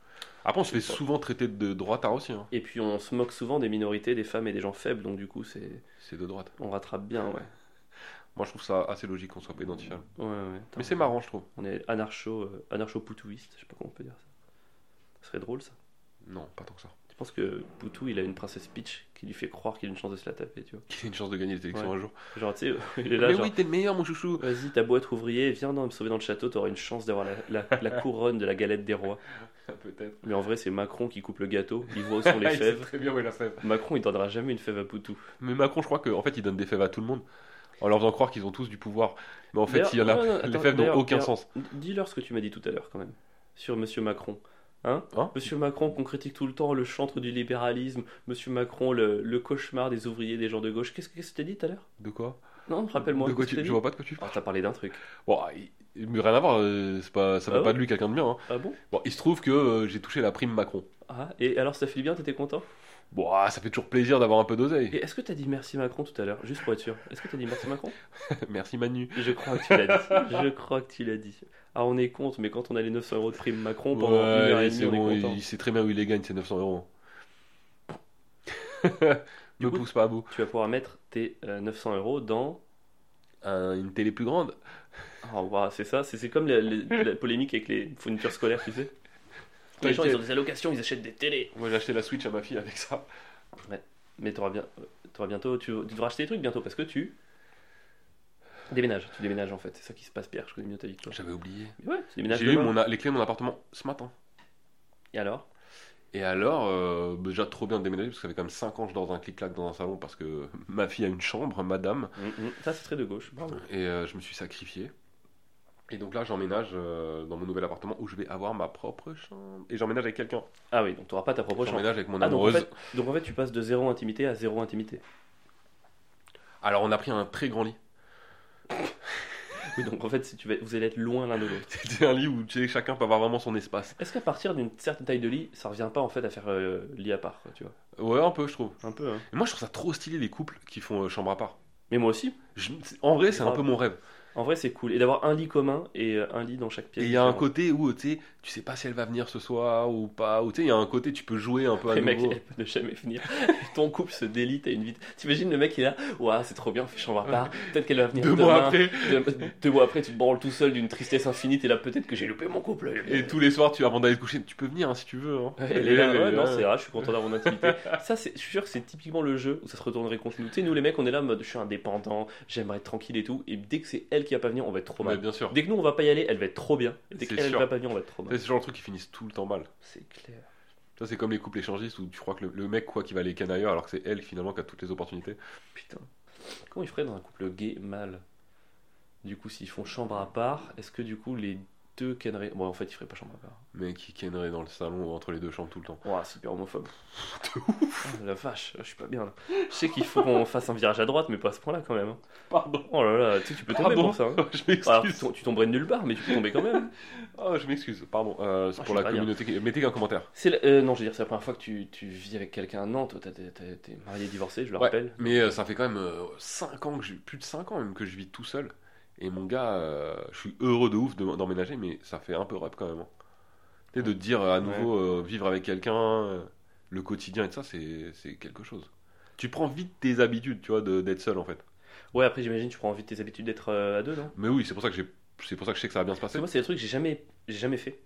Après, on se fait sais pas. souvent traiter de droite à aussi. hein. Et puis on se moque souvent des minorités, des femmes et des gens faibles, donc du coup, c'est C'est de droite. on rattrape bien, ouais. Moi, je trouve ça assez logique qu'on soit pas identifiable. Ouais, ouais. Mais c'est marrant, je trouve. On est anarcho, euh, anarcho-poutouiste, je sais pas comment on peut dire ça. Ce serait drôle ça. Non, pas tant que ça. Tu pense que Boutou, il a une princesse Peach qui lui fait croire qu'il a une chance de se la taper, tu vois. Qu'il ait une chance de gagner les élections Ouais. un jour. Genre, tu sais, il est là, Mais genre, oui, t'es le meilleur, mon chouchou. vas-y, t'as beau être ouvrier, viens dans, me sauver dans le château, t'auras une chance d'avoir la, la- la couronne de la galette des rois. Peut-être. Mais en vrai, c'est Macron qui coupe le gâteau, il voit où sont les Ah, Il sait fèves. très bien où est la fève. Macron, il donnera jamais une fève à Poutou. Mais Macron, je crois qu'en en fait, il donne des fèves à tout le monde en leur faisant croire qu'ils ont tous du pouvoir. Mais en fait, D'ailleurs- il y en a. non, les non, attends, fèves n'ont d'ailleurs- aucun d'ailleurs, sens. Dis-leur ce que tu m'as dit tout à l'heure, quand même, sur Monsieur Macron. Hein Hein Monsieur Macron, qu'on critique tout le temps, le chantre du libéralisme, Monsieur Macron, le, le cauchemar des ouvriers, des gens de gauche. Qu'est-ce qu'est-ce que t'as dit tout à l'heure De quoi Non, rappelle-moi. De quoi tu... qu'est-ce que t'as Je dit vois pas de quoi tu. Oh, t'as parlé d'un truc. Bon, ah, il- mais rien à voir, euh, c'est pas... ça Ah va pas ouais de lui quelqu'un de bien. hein. Ah bon Bon, il se trouve que euh, j'ai touché la prime Macron. Ah, et alors ça file bien, t'étais content Bon, ah, ça fait toujours plaisir d'avoir un peu d'oseille. Et est-ce que t'as dit merci Macron tout à l'heure Juste pour être sûr. Est-ce que t'as dit merci Macron Merci Manu. Je crois que tu l'as dit. Je crois que tu l'as dit. Ah, on est contre, mais quand on a les 900 euros de prime Macron pendant une heure Ouais, et c'est demie, on bon, est il, content. il sait très bien où il les gagne, ces 900 euros. Du Me coup- pousse pas à bout. Tu vas pouvoir mettre tes euh, 900 euros dans. Un- une télé plus grande Oh, waouh, c'est ça. C'est c'est comme la, la- la polémique avec les fournitures scolaires, tu sais. Les gens, ils ont des allocations, ils achètent des télés. Moi j'ai acheté la Switch à ma fille avec ça. Mais t'auras bien, t'auras bientôt, tu, tu devras acheter des trucs bientôt parce que tu déménages. Tu déménages en fait. C'est ça qui se passe, Pierre. Je connais mieux ta vie que toi. J'avais oublié. Mais ouais, tu déménages. J'ai eu demain. mon a- les clés de mon appartement ce matin. Et alors Et alors, euh, bah, déjà trop bien de déménager parce que ça fait quand même 5 ans que je dors dans un clic-clac dans un salon parce que ma fille a une chambre, madame, Mhm. Ça, c'est très de gauche. Bravo. et euh, je me suis sacrifié. Et donc là, j'emménage euh, dans mon nouvel appartement où je vais avoir ma propre chambre. Et j'emménage avec quelqu'un. Ah oui, donc t'auras pas ta propre chambre. J'emménage avec mon Ah, donc, en amoureuse. fait, donc en fait, tu passes de zéro intimité à zéro intimité. Alors, on a pris un très grand lit. Oui, donc en fait, si tu vas- vous allez être loin l'un de l'autre. C'était un lit où tu sais, chacun peut avoir vraiment son espace. Est-ce qu'à partir d'une certaine taille de lit, ça revient pas en fait à faire euh, lit à part, quoi, tu vois Ouais, un peu, je trouve. Un peu. Hein. Et moi, je trouve ça trop stylé les couples qui font euh, chambre à part. Mais moi aussi. Je- c'est- en vrai, c'est un peu mon rêve. En vrai, c'est cool. Et d'avoir un lit commun et euh, un lit dans chaque Et pièce. il y a un différente. côté où tu sais, tu sais pas si elle va venir ce soir ou pas. Ou tu sais, il y a un côté, tu peux jouer un peu à Le mec, nouveau. elle peut ne jamais finir. Ton couple se délite à une vite. T'imagines le mec, il a Waouh, c'est trop bien, on fait chambre à part. Peut-être qu'elle va venir. Deux mois demain. après, Deux, deux mois après, tu te branles tout seul d'une tristesse infinie. Et là, peut-être que j'ai loupé mon couple. et tous les soirs, tu avant d'aller te coucher, tu peux venir hein, si tu veux. hein. Ouais, Elle est là, Et- ouais, non, ouais. c'est vrai, je suis content d'avoir mon intimité. Ça, c'est- je suis sûr que c'est typiquement le jeu où ça se retournerait contre nous. Tu sais, nous les mecs, on est là en mode je suis indépendant, j'aimerais être tranquille et tout. Et dès que c'est elle qui va pas venir, on va être trop Ouais, mal. bien sûr. Dès que nous on va pas y aller, elle va être trop bien. Et dès C'est qu'elle elle sûr. va pas venir, on va être trop Ça, mal. C'est ce genre de truc qui finissent tout le temps mal. C'est clair. Ça, c'est comme les couples échangistes où tu crois que le, le mec, quoi, qui va les ken ailleurs alors que c'est elle finalement qui a toutes les opportunités. Putain. Comment ils feraient dans un couple gay mâle Du coup, s'ils font chambre à part, est-ce que du coup les deux canneraient. Bon, en fait, ils feraient pas chambre à part. Mais qui kennerait dans le salon ou entre les deux chambres tout le temps. Ouah, super homophobe. Oh, la vache, je suis pas bien là. Je sais qu'il faut qu'on fasse un virage à droite, mais pas à ce point-là quand même. hein. Pardon. Oh là là, tu sais, tu peux tomber Pardon. pour ça. hein. je m'excuse. Alors, tu, tom- tu tomberais de nulle part, mais tu peux tomber quand même. Oh, je m'excuse, pardon. Euh, c'est Ah, pour la je sais pas dire. communauté. qui- Mettez un commentaire. C'est la- euh, non, je veux dire, c'est la première fois que tu, tu vis avec quelqu'un. Non, toi, t'as- t'as- t'as- t'es marié, divorcé, je le Ouais. rappelle. Mais euh, ça fait quand même 5 ans que je, plus de 5 ans même que je vis tout seul. Et mon gars, euh, je suis heureux de ouf de- d'emménager, mais ça fait un peu rep quand même. hein. Tu sais, de te dire euh, à nouveau euh, vivre avec quelqu'un, euh, le quotidien et tout ça, c'est c'est quelque chose. Tu prends vite tes habitudes, tu vois, de- d'être seul en fait. Ouais, après, j'imagine, tu prends envie de tes habitudes d'être euh, à deux, non Mais oui, c'est pour ça que j'ai, c'est pour ça que je sais que ça va bien se Parce que passer. moi, c'est le truc que j'ai jamais, j'ai jamais fait.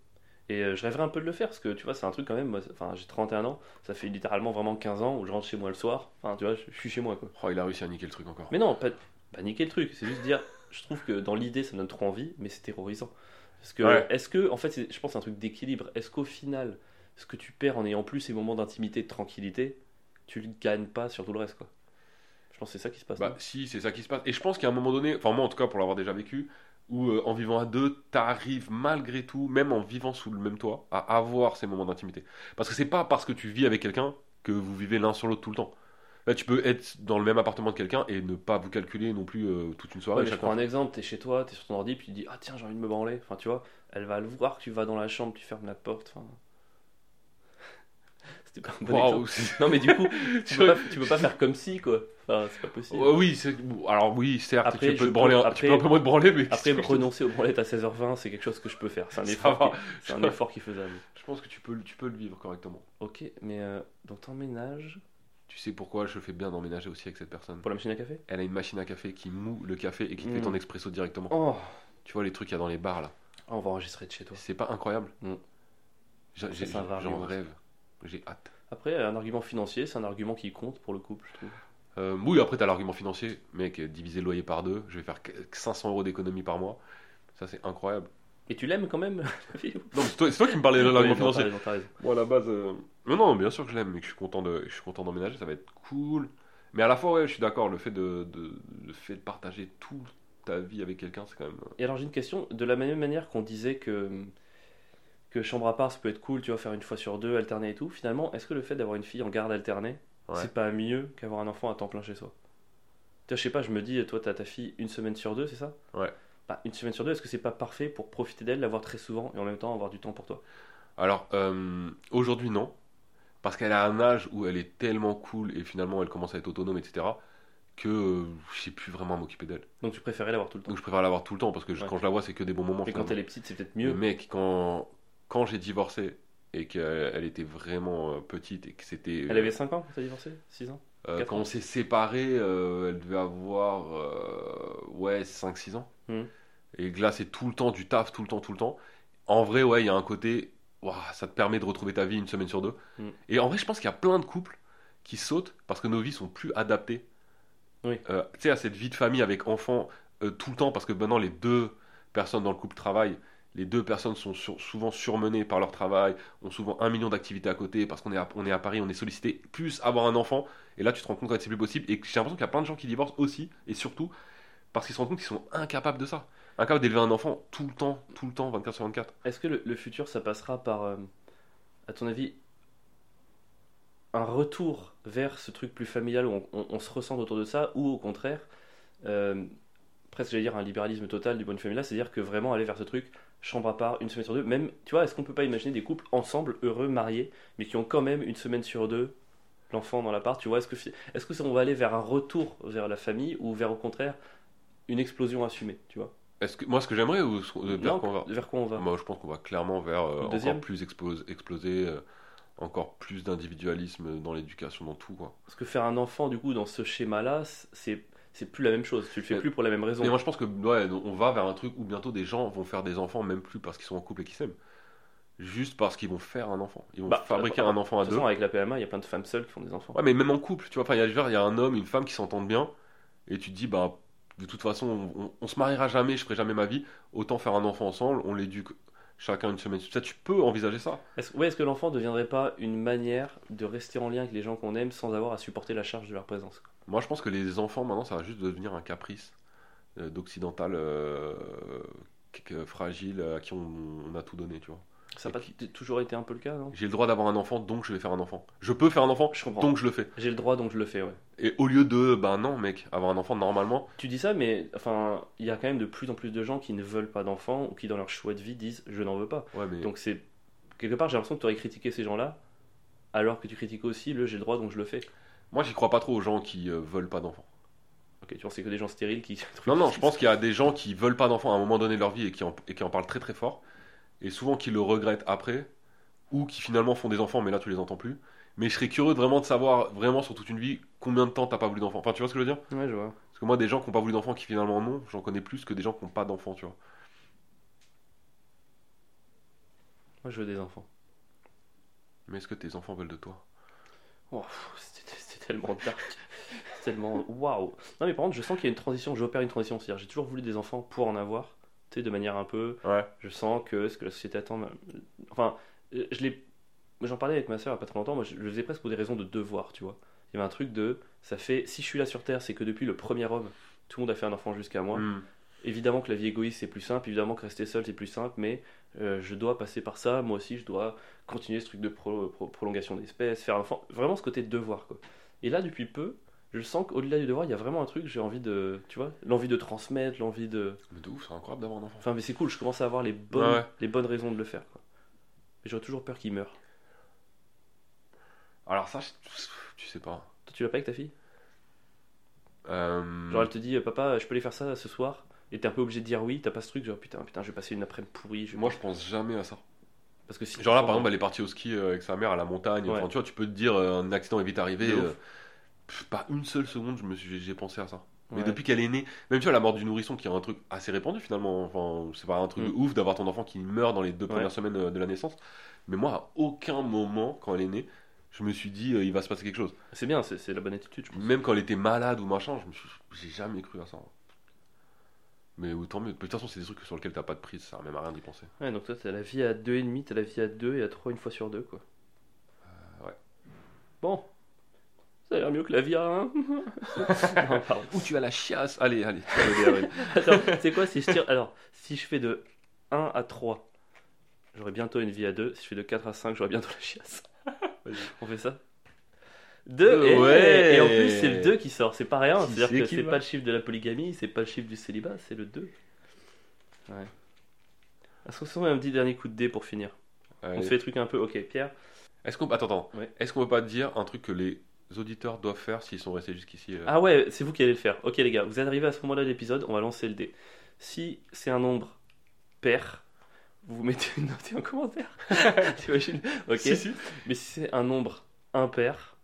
Et euh, je rêverais un peu de le faire, parce que tu vois, c'est un truc quand même. moi, c'est- Enfin, j'ai 31 ans, ça fait littéralement vraiment 15 ans où je rentre chez moi le soir. Enfin, tu vois, je, je suis chez moi, quoi. Oh, il a réussi à niquer le truc encore. Mais non, pas, pas niquer le truc, c'est juste dire, je trouve que dans l'idée, ça me donne trop envie, mais c'est terrorisant. Parce que, Ouais. est-ce que, en fait, c'est- je pense que c'est un truc d'équilibre. Est-ce qu'au final, ce que tu perds en ayant plus ces moments d'intimité, de tranquillité, tu le gagnes pas sur tout le reste, quoi Je pense que c'est ça qui se passe. Bah non si, c'est ça qui se passe. Et je pense qu'à un moment donné, enfin moi en tout cas pour l'avoir déjà vécu, où euh, en vivant à deux, t'arrives malgré tout, même en vivant sous le même toit, à avoir ces moments d'intimité. Parce que c'est pas parce que tu vis avec quelqu'un que vous vivez l'un sur l'autre tout le temps. Là, tu peux être dans le même appartement de quelqu'un et ne pas vous calculer non plus euh, toute une soirée. Ouais, mais je chacun. prends un exemple, t'es chez toi, t'es sur ton ordi, puis tu dis Ah tiens, j'ai envie de me branler. Enfin, tu vois, elle va le voir que tu vas dans la chambre, tu fermes la porte. Enfin... C'était pas un bon Waouh, exemple. c'est- Non, mais du coup, tu peux, pas, tu peux pas faire comme si, quoi. Enfin, c'est pas possible. Ouais, oui, c'est- bon, alors oui, certes, Après, tu, peux je te branler, peux- un- après- tu peux un peu moins te branler, mais Après, qu'est-ce que je te dis renoncer aux branlettes à 16h20, c'est quelque chose que je peux faire. C'est un Ça effort, va. qui, c'est un effort qui est faisable. je pense que tu peux, le- tu peux le vivre correctement. Ok, mais euh, donc t'emménages Tu sais pourquoi je fais bien d'emménager aussi avec cette personne. pour la machine à café Elle a une machine à café qui moue le café et qui te fait Mm. ton expresso directement. Oh, Tu vois les trucs qu'il y a dans les bars là. Ah, on va enregistrer de chez toi. C'est pas incroyable Mm. J'a- Ça, j'ai- ça va J'en arriver. rêve. J'ai hâte. Après, un argument financier, c'est un argument qui compte pour le couple, je trouve. Euh, oui, après, t'as l'argument financier. Mec, diviser le loyer par deux, je vais faire que- 500 euros d'économie par mois. Ça, c'est incroyable. Et tu l'aimes quand même, la fille Non, mais c'est toi, c'est toi qui me parlais de Oui, l'argument non, t'as financier. raison, t'as raison. Moi, à la base. euh, Non, non, bien sûr que je l'aime et que je suis content de, je suis content d'emménager, ça va être cool. Mais à la fois, ouais, je suis d'accord, le fait de, de, le fait de partager toute ta vie avec quelqu'un, c'est quand même. Et alors j'ai une question, de la même manière qu'on disait que, que chambre à part ça peut être cool, tu vois, faire une fois sur deux, alterner et tout, finalement, est-ce que le fait d'avoir une fille en garde alternée, Ouais. c'est pas mieux qu'avoir un enfant à temps plein chez soi Tu vois, je sais pas, je me dis, toi t'as ta fille une semaine sur deux, c'est ça Ouais. Bah, une semaine sur deux, est-ce que c'est pas parfait pour profiter d'elle, l'avoir très souvent et en même temps avoir du temps pour toi Alors, euh, aujourd'hui, non. Parce qu'elle a un âge où elle est tellement cool et finalement elle commence à être autonome, etc. que euh, je sais plus vraiment m'occuper d'elle. Donc tu préférais l'avoir tout le temps. Donc je préfère l'avoir tout le temps parce que je- Ouais. quand je la vois, c'est que des bons moments. Mais quand finalement. elle est petite, c'est peut-être Mais mieux. Mec, quand, quand j'ai divorcé et qu'elle elle était vraiment euh, petite et que c'était. Elle avait 5 ans quand t'as divorcé 6 ans Euh, Quatre quand ans. on s'est séparés, euh, elle devait avoir euh, ouais, 5-6 ans. Mhm. Et que là, c'est tout le temps du taf, tout le temps, tout le temps. En vrai, ouais, il y a un côté, ouah, ça te permet de retrouver ta vie une semaine sur deux. Mhm. Et en vrai, je pense qu'il y a plein de couples qui sautent parce que nos vies sont plus adaptées. Oui. Euh, tu sais, à cette vie de famille avec enfants euh, tout le temps, parce que maintenant, les deux personnes dans le couple travaillent. Les deux personnes sont sur- souvent surmenées par leur travail, ont souvent un million d'activités à côté, parce qu'on est, à- on est à Paris, on est sollicité. Plus avoir un enfant, et là, tu te rends compte que c'est plus possible. Et j'ai l'impression qu'il y a plein de gens qui divorcent aussi, et surtout parce qu'ils se rendent compte qu'ils sont incapables de ça. Incapables d'élever un enfant tout le temps, tout le temps, 24 sur 24. Est-ce que le, le futur, ça passera par, euh, à ton avis, un retour vers ce truc plus familial où on, on- on se ressent autour de ça, ou au contraire, euh, presque j'allais dire un libéralisme total du point de vue familial, c'est-à-dire que vraiment aller vers ce truc, chambre à part, une semaine sur deux, même, tu vois, est-ce qu'on peut pas imaginer des couples ensemble, heureux, mariés, mais qui ont quand même une semaine sur deux l'enfant dans l'appart, tu vois, est-ce que, fi- est-ce que ça, on va aller vers un retour vers la famille ou vers au contraire une explosion assumée, tu vois Est-ce que, moi, ce que j'aimerais, ou ce- euh, vers Non, quoi on va Vers quoi on va Moi, je pense qu'on va clairement vers euh, Deuxième. encore plus explos- exploser, euh, encore plus d'individualisme dans l'éducation, dans tout. Quoi. Parce que faire un enfant, du coup, dans ce schéma-là, c'est c'est plus la même chose. Tu le fais Mais- plus pour la même raison. Mais moi, je pense que ouais, on va vers un truc où bientôt des gens vont faire des enfants, même plus parce qu'ils sont en couple et qu'ils s'aiment. Juste parce qu'ils vont faire un enfant. Ils vont Bah, fabriquer bah, un enfant de à toute deux. façon, avec la PMA, il y a plein de femmes seules qui font des enfants. Ouais, mais même en couple, tu vois, enfin, il y a genre, il y a un homme, une femme qui s'entendent bien, et tu te dis, bah, de toute façon, on, on- on se mariera jamais, je ferai jamais ma vie, autant faire un enfant ensemble, on l'éduque chacun une semaine. Ça, tu peux envisager ça. Est-ce ouais, est-ce que l'enfant ne deviendrait pas une manière de rester en lien avec les gens qu'on aime sans avoir à supporter la charge de leur présence quoi Moi, je pense que les enfants, maintenant, ça va juste devenir un caprice euh, d'occidental euh, que- fragile à qui on, on a tout donné, tu vois. Ça n'a Et pas qui- t- toujours été un peu le cas, non J'ai le droit d'avoir un enfant, donc je vais faire un enfant. Je peux faire un enfant, Je comprends. donc je le fais. J'ai le droit, donc je le fais, ouais. Et au lieu de, bah non, mec, avoir un enfant, normalement, Tu dis ça, mais enfin, il y a quand même de plus en plus de gens qui ne veulent pas d'enfants ou qui, dans leur choix de vie, disent je n'en veux pas. ouais, mais. Donc c'est quelque part, j'ai l'impression que tu aurais critiqué ces gens-là, alors que tu critiques aussi le j'ai le droit, donc je le fais. Moi, j'y crois pas trop aux gens qui euh, veulent pas d'enfant. Ok, tu vois, c'est que des gens stériles qui. Non, non, je pense qu'il y a des gens qui veulent pas d'enfants à un moment donné de leur vie et qui en, et qui en parlent très très fort, et souvent qui le regrettent après, ou qui finalement font des enfants, mais là tu les entends plus. Mais je serais curieux de vraiment de savoir, vraiment sur toute une vie, combien de temps t'as pas voulu d'enfants. Enfin, tu vois ce que je veux dire Ouais, je vois. Parce que moi, des gens qui ont pas voulu d'enfants qui finalement en ont, j'en connais plus que des gens qui ont pas d'enfants, tu vois. Moi, je veux des enfants. Mais est-ce que tes enfants veulent de toi Oh, pff, c'était- C'était tellement dark. C'est tellement. Waouh. Non, mais par contre, je sens qu'il y a une transition. J'opère une transition. C'est-à-dire, j'ai toujours voulu des enfants pour en avoir. Tu sais, de manière un peu. Ouais. Je sens que ce que la société attend. m'a- Enfin, euh, je l'ai. J'en parlais avec ma soeur il n'y a pas très longtemps. Moi, je je le faisais presque pour des raisons de devoir, tu vois. Il y avait un truc de. Ça fait. Si je suis là sur Terre, c'est que depuis le premier homme, tout le monde a fait un enfant jusqu'à moi. Hmm. Évidemment que la vie égoïste c'est plus simple, évidemment que rester seul c'est plus simple, mais euh, je dois passer par ça, moi aussi je dois continuer ce truc de pro- pro- prolongation d'espèces, faire un enfant, vraiment ce côté de devoir quoi. Et là depuis peu, je sens qu'au-delà du devoir, il y a vraiment un truc, j'ai envie de, tu vois, l'envie de transmettre, l'envie de... Mais de ouf, c'est incroyable d'avoir un enfant. Enfin mais c'est cool, je commence à avoir les bonnes, Ouais, ouais. les bonnes raisons de le faire quoi. Mais j'aurais toujours peur qu'il meure. Alors ça, je- tu sais pas. Toi tu l'as pas avec ta fille Euh, Genre elle te dit, euh, papa je peux aller faire ça ce soir et t'es un peu obligé de dire oui, t'as pas ce truc, genre putain, putain, je vais passer une après-midi pourrie. je vais- Moi, je pense jamais à ça. Parce que si Genre là, par exemple, elle est partie au ski euh, avec sa mère à la montagne. Ouais. Enfin, tu vois, tu peux te dire, euh, un accident est vite arrivé. De ouf. euh, pff, pas une seule seconde, je me suis, j'ai- j'ai pensé à ça. Mais Ouais. depuis qu'elle est née, même tu vois, la mort du nourrisson, qui est un truc assez répandu finalement. Enfin, c'est pas un truc de ouf d'avoir ton enfant qui meurt dans les deux Mm. Ouais. premières semaines euh, de la naissance. Mais moi, à aucun moment, quand elle est née, je me suis dit, euh, il va se passer quelque chose. C'est bien, c'est c'est la bonne attitude, je pense. Même quand elle était malade ou machin, je me suis, j'ai jamais cru à ça. Mais autant mieux. De toute façon, c'est des trucs sur lesquels t'as pas de prise, ça sert même à rien d'y penser. Ouais, donc toi, t'as la vie à 2,5, t'as la vie à 2 et à 3 une fois sur deux, quoi. Euh, ouais. Bon. Ça a l'air mieux que la vie à 1. non, pardon. Ou tu as la chiasse. Allez, allez. tu vas le dire, allez. Attends, c'est quoi si je tire Alors, si je fais de 1 à 3, j'aurai bientôt une vie à 2. Si je fais de 4 à 5, j'aurai bientôt la chiasse. Vas-y. Euh, On fait ça 2 et, Ouais. et en plus, c'est le 2 qui sort, c'est pas rien. Qui C'est-à-dire c'est que qui c'est va pas le chiffre de la polygamie, c'est pas le chiffre du célibat, c'est le 2. Ouais. Associons un petit dernier coup de dé pour finir. On Allez. se fait des trucs un peu. Ok, Pierre. Est-ce qu'on attends, attends. Ouais. Est-ce qu'on peut pas dire un truc que les auditeurs doivent faire s'ils sont restés jusqu'ici euh, Ah ouais, c'est vous qui allez le faire. Ok, les gars, vous êtes arrivés à ce moment-là de l'épisode, on va lancer le dé. Si c'est un nombre pair, vous mettez une note et un commentaire. T'imagines Ok. Si, si. Mais si c'est un nombre impair,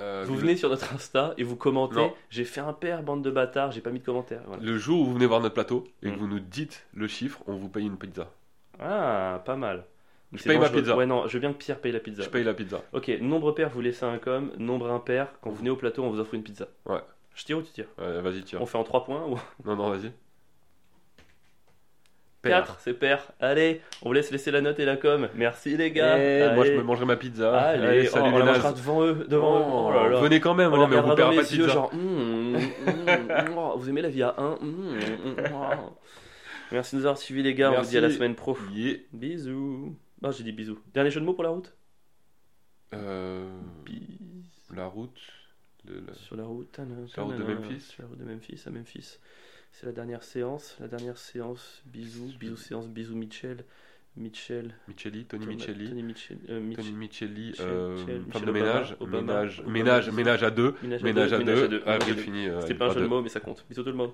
Euh, vous le- venez sur notre Insta et vous commentez Non. j'ai fait un pair, bande de bâtards, j'ai pas mis de commentaire. Voilà. Le jour où vous venez voir notre plateau et que Mm. vous nous dites le chiffre, on vous paye une pizza. Ah, pas mal. Je C'est paye ma dangereux. pizza. Ouais, non, je veux bien que Pierre paye la pizza. Je paye la pizza. Ok, nombre pair, vous laissez un com. Nombre impair, quand vous venez au plateau, on vous offre une pizza. Ouais. Je tire ou tu tires Euh, vas-y, tire. On fait en 3 points ou Non, non, vas-y. 4 C'est pair. Allez, on vous laisse laisser la note et la com. Merci les gars. Eh, Moi, je Allez. me mangerai ma pizza. Allez, Allez, oh, salut on les la nazes. mangera devant eux, devant eux. Oh là là. Venez quand même, On hein, la mais on vous regardera paiera dans pas de les yeux, pizza. genre, Hum, hum, hum, vous aimez la vie à 1 Merci de nous avoir suivis, les gars. On vous dit à la Merci. semaine pro. Yeah. Bisous. Ah, j'ai dit bisous. Dernier jeu de mots pour la route Euh, Bis. la route. le- le- Sur la route, tanan, Sur la route de tanan, Memphis. Sur la route de Memphis, à Memphis. C'est la dernière séance. La dernière séance. Bisous, bisous, séance, bisous, Mitchell. Mitchell. Micheli, Tony Thomas- Micheli. Tony Mitchell. euh, Mitch- Tony Micheli, Michel- euh, Michel- femme Michel de Obama, ménage, Obama, ménage, Obama, ménage, Obama. ménage à deux, Ménage à ménage deux, à ménage à deux. deux. Ah, Ménage à j'ai deux. fini. euh, C'était pas un à jeu de deux. mots, mais ça compte. Bisous tout le monde.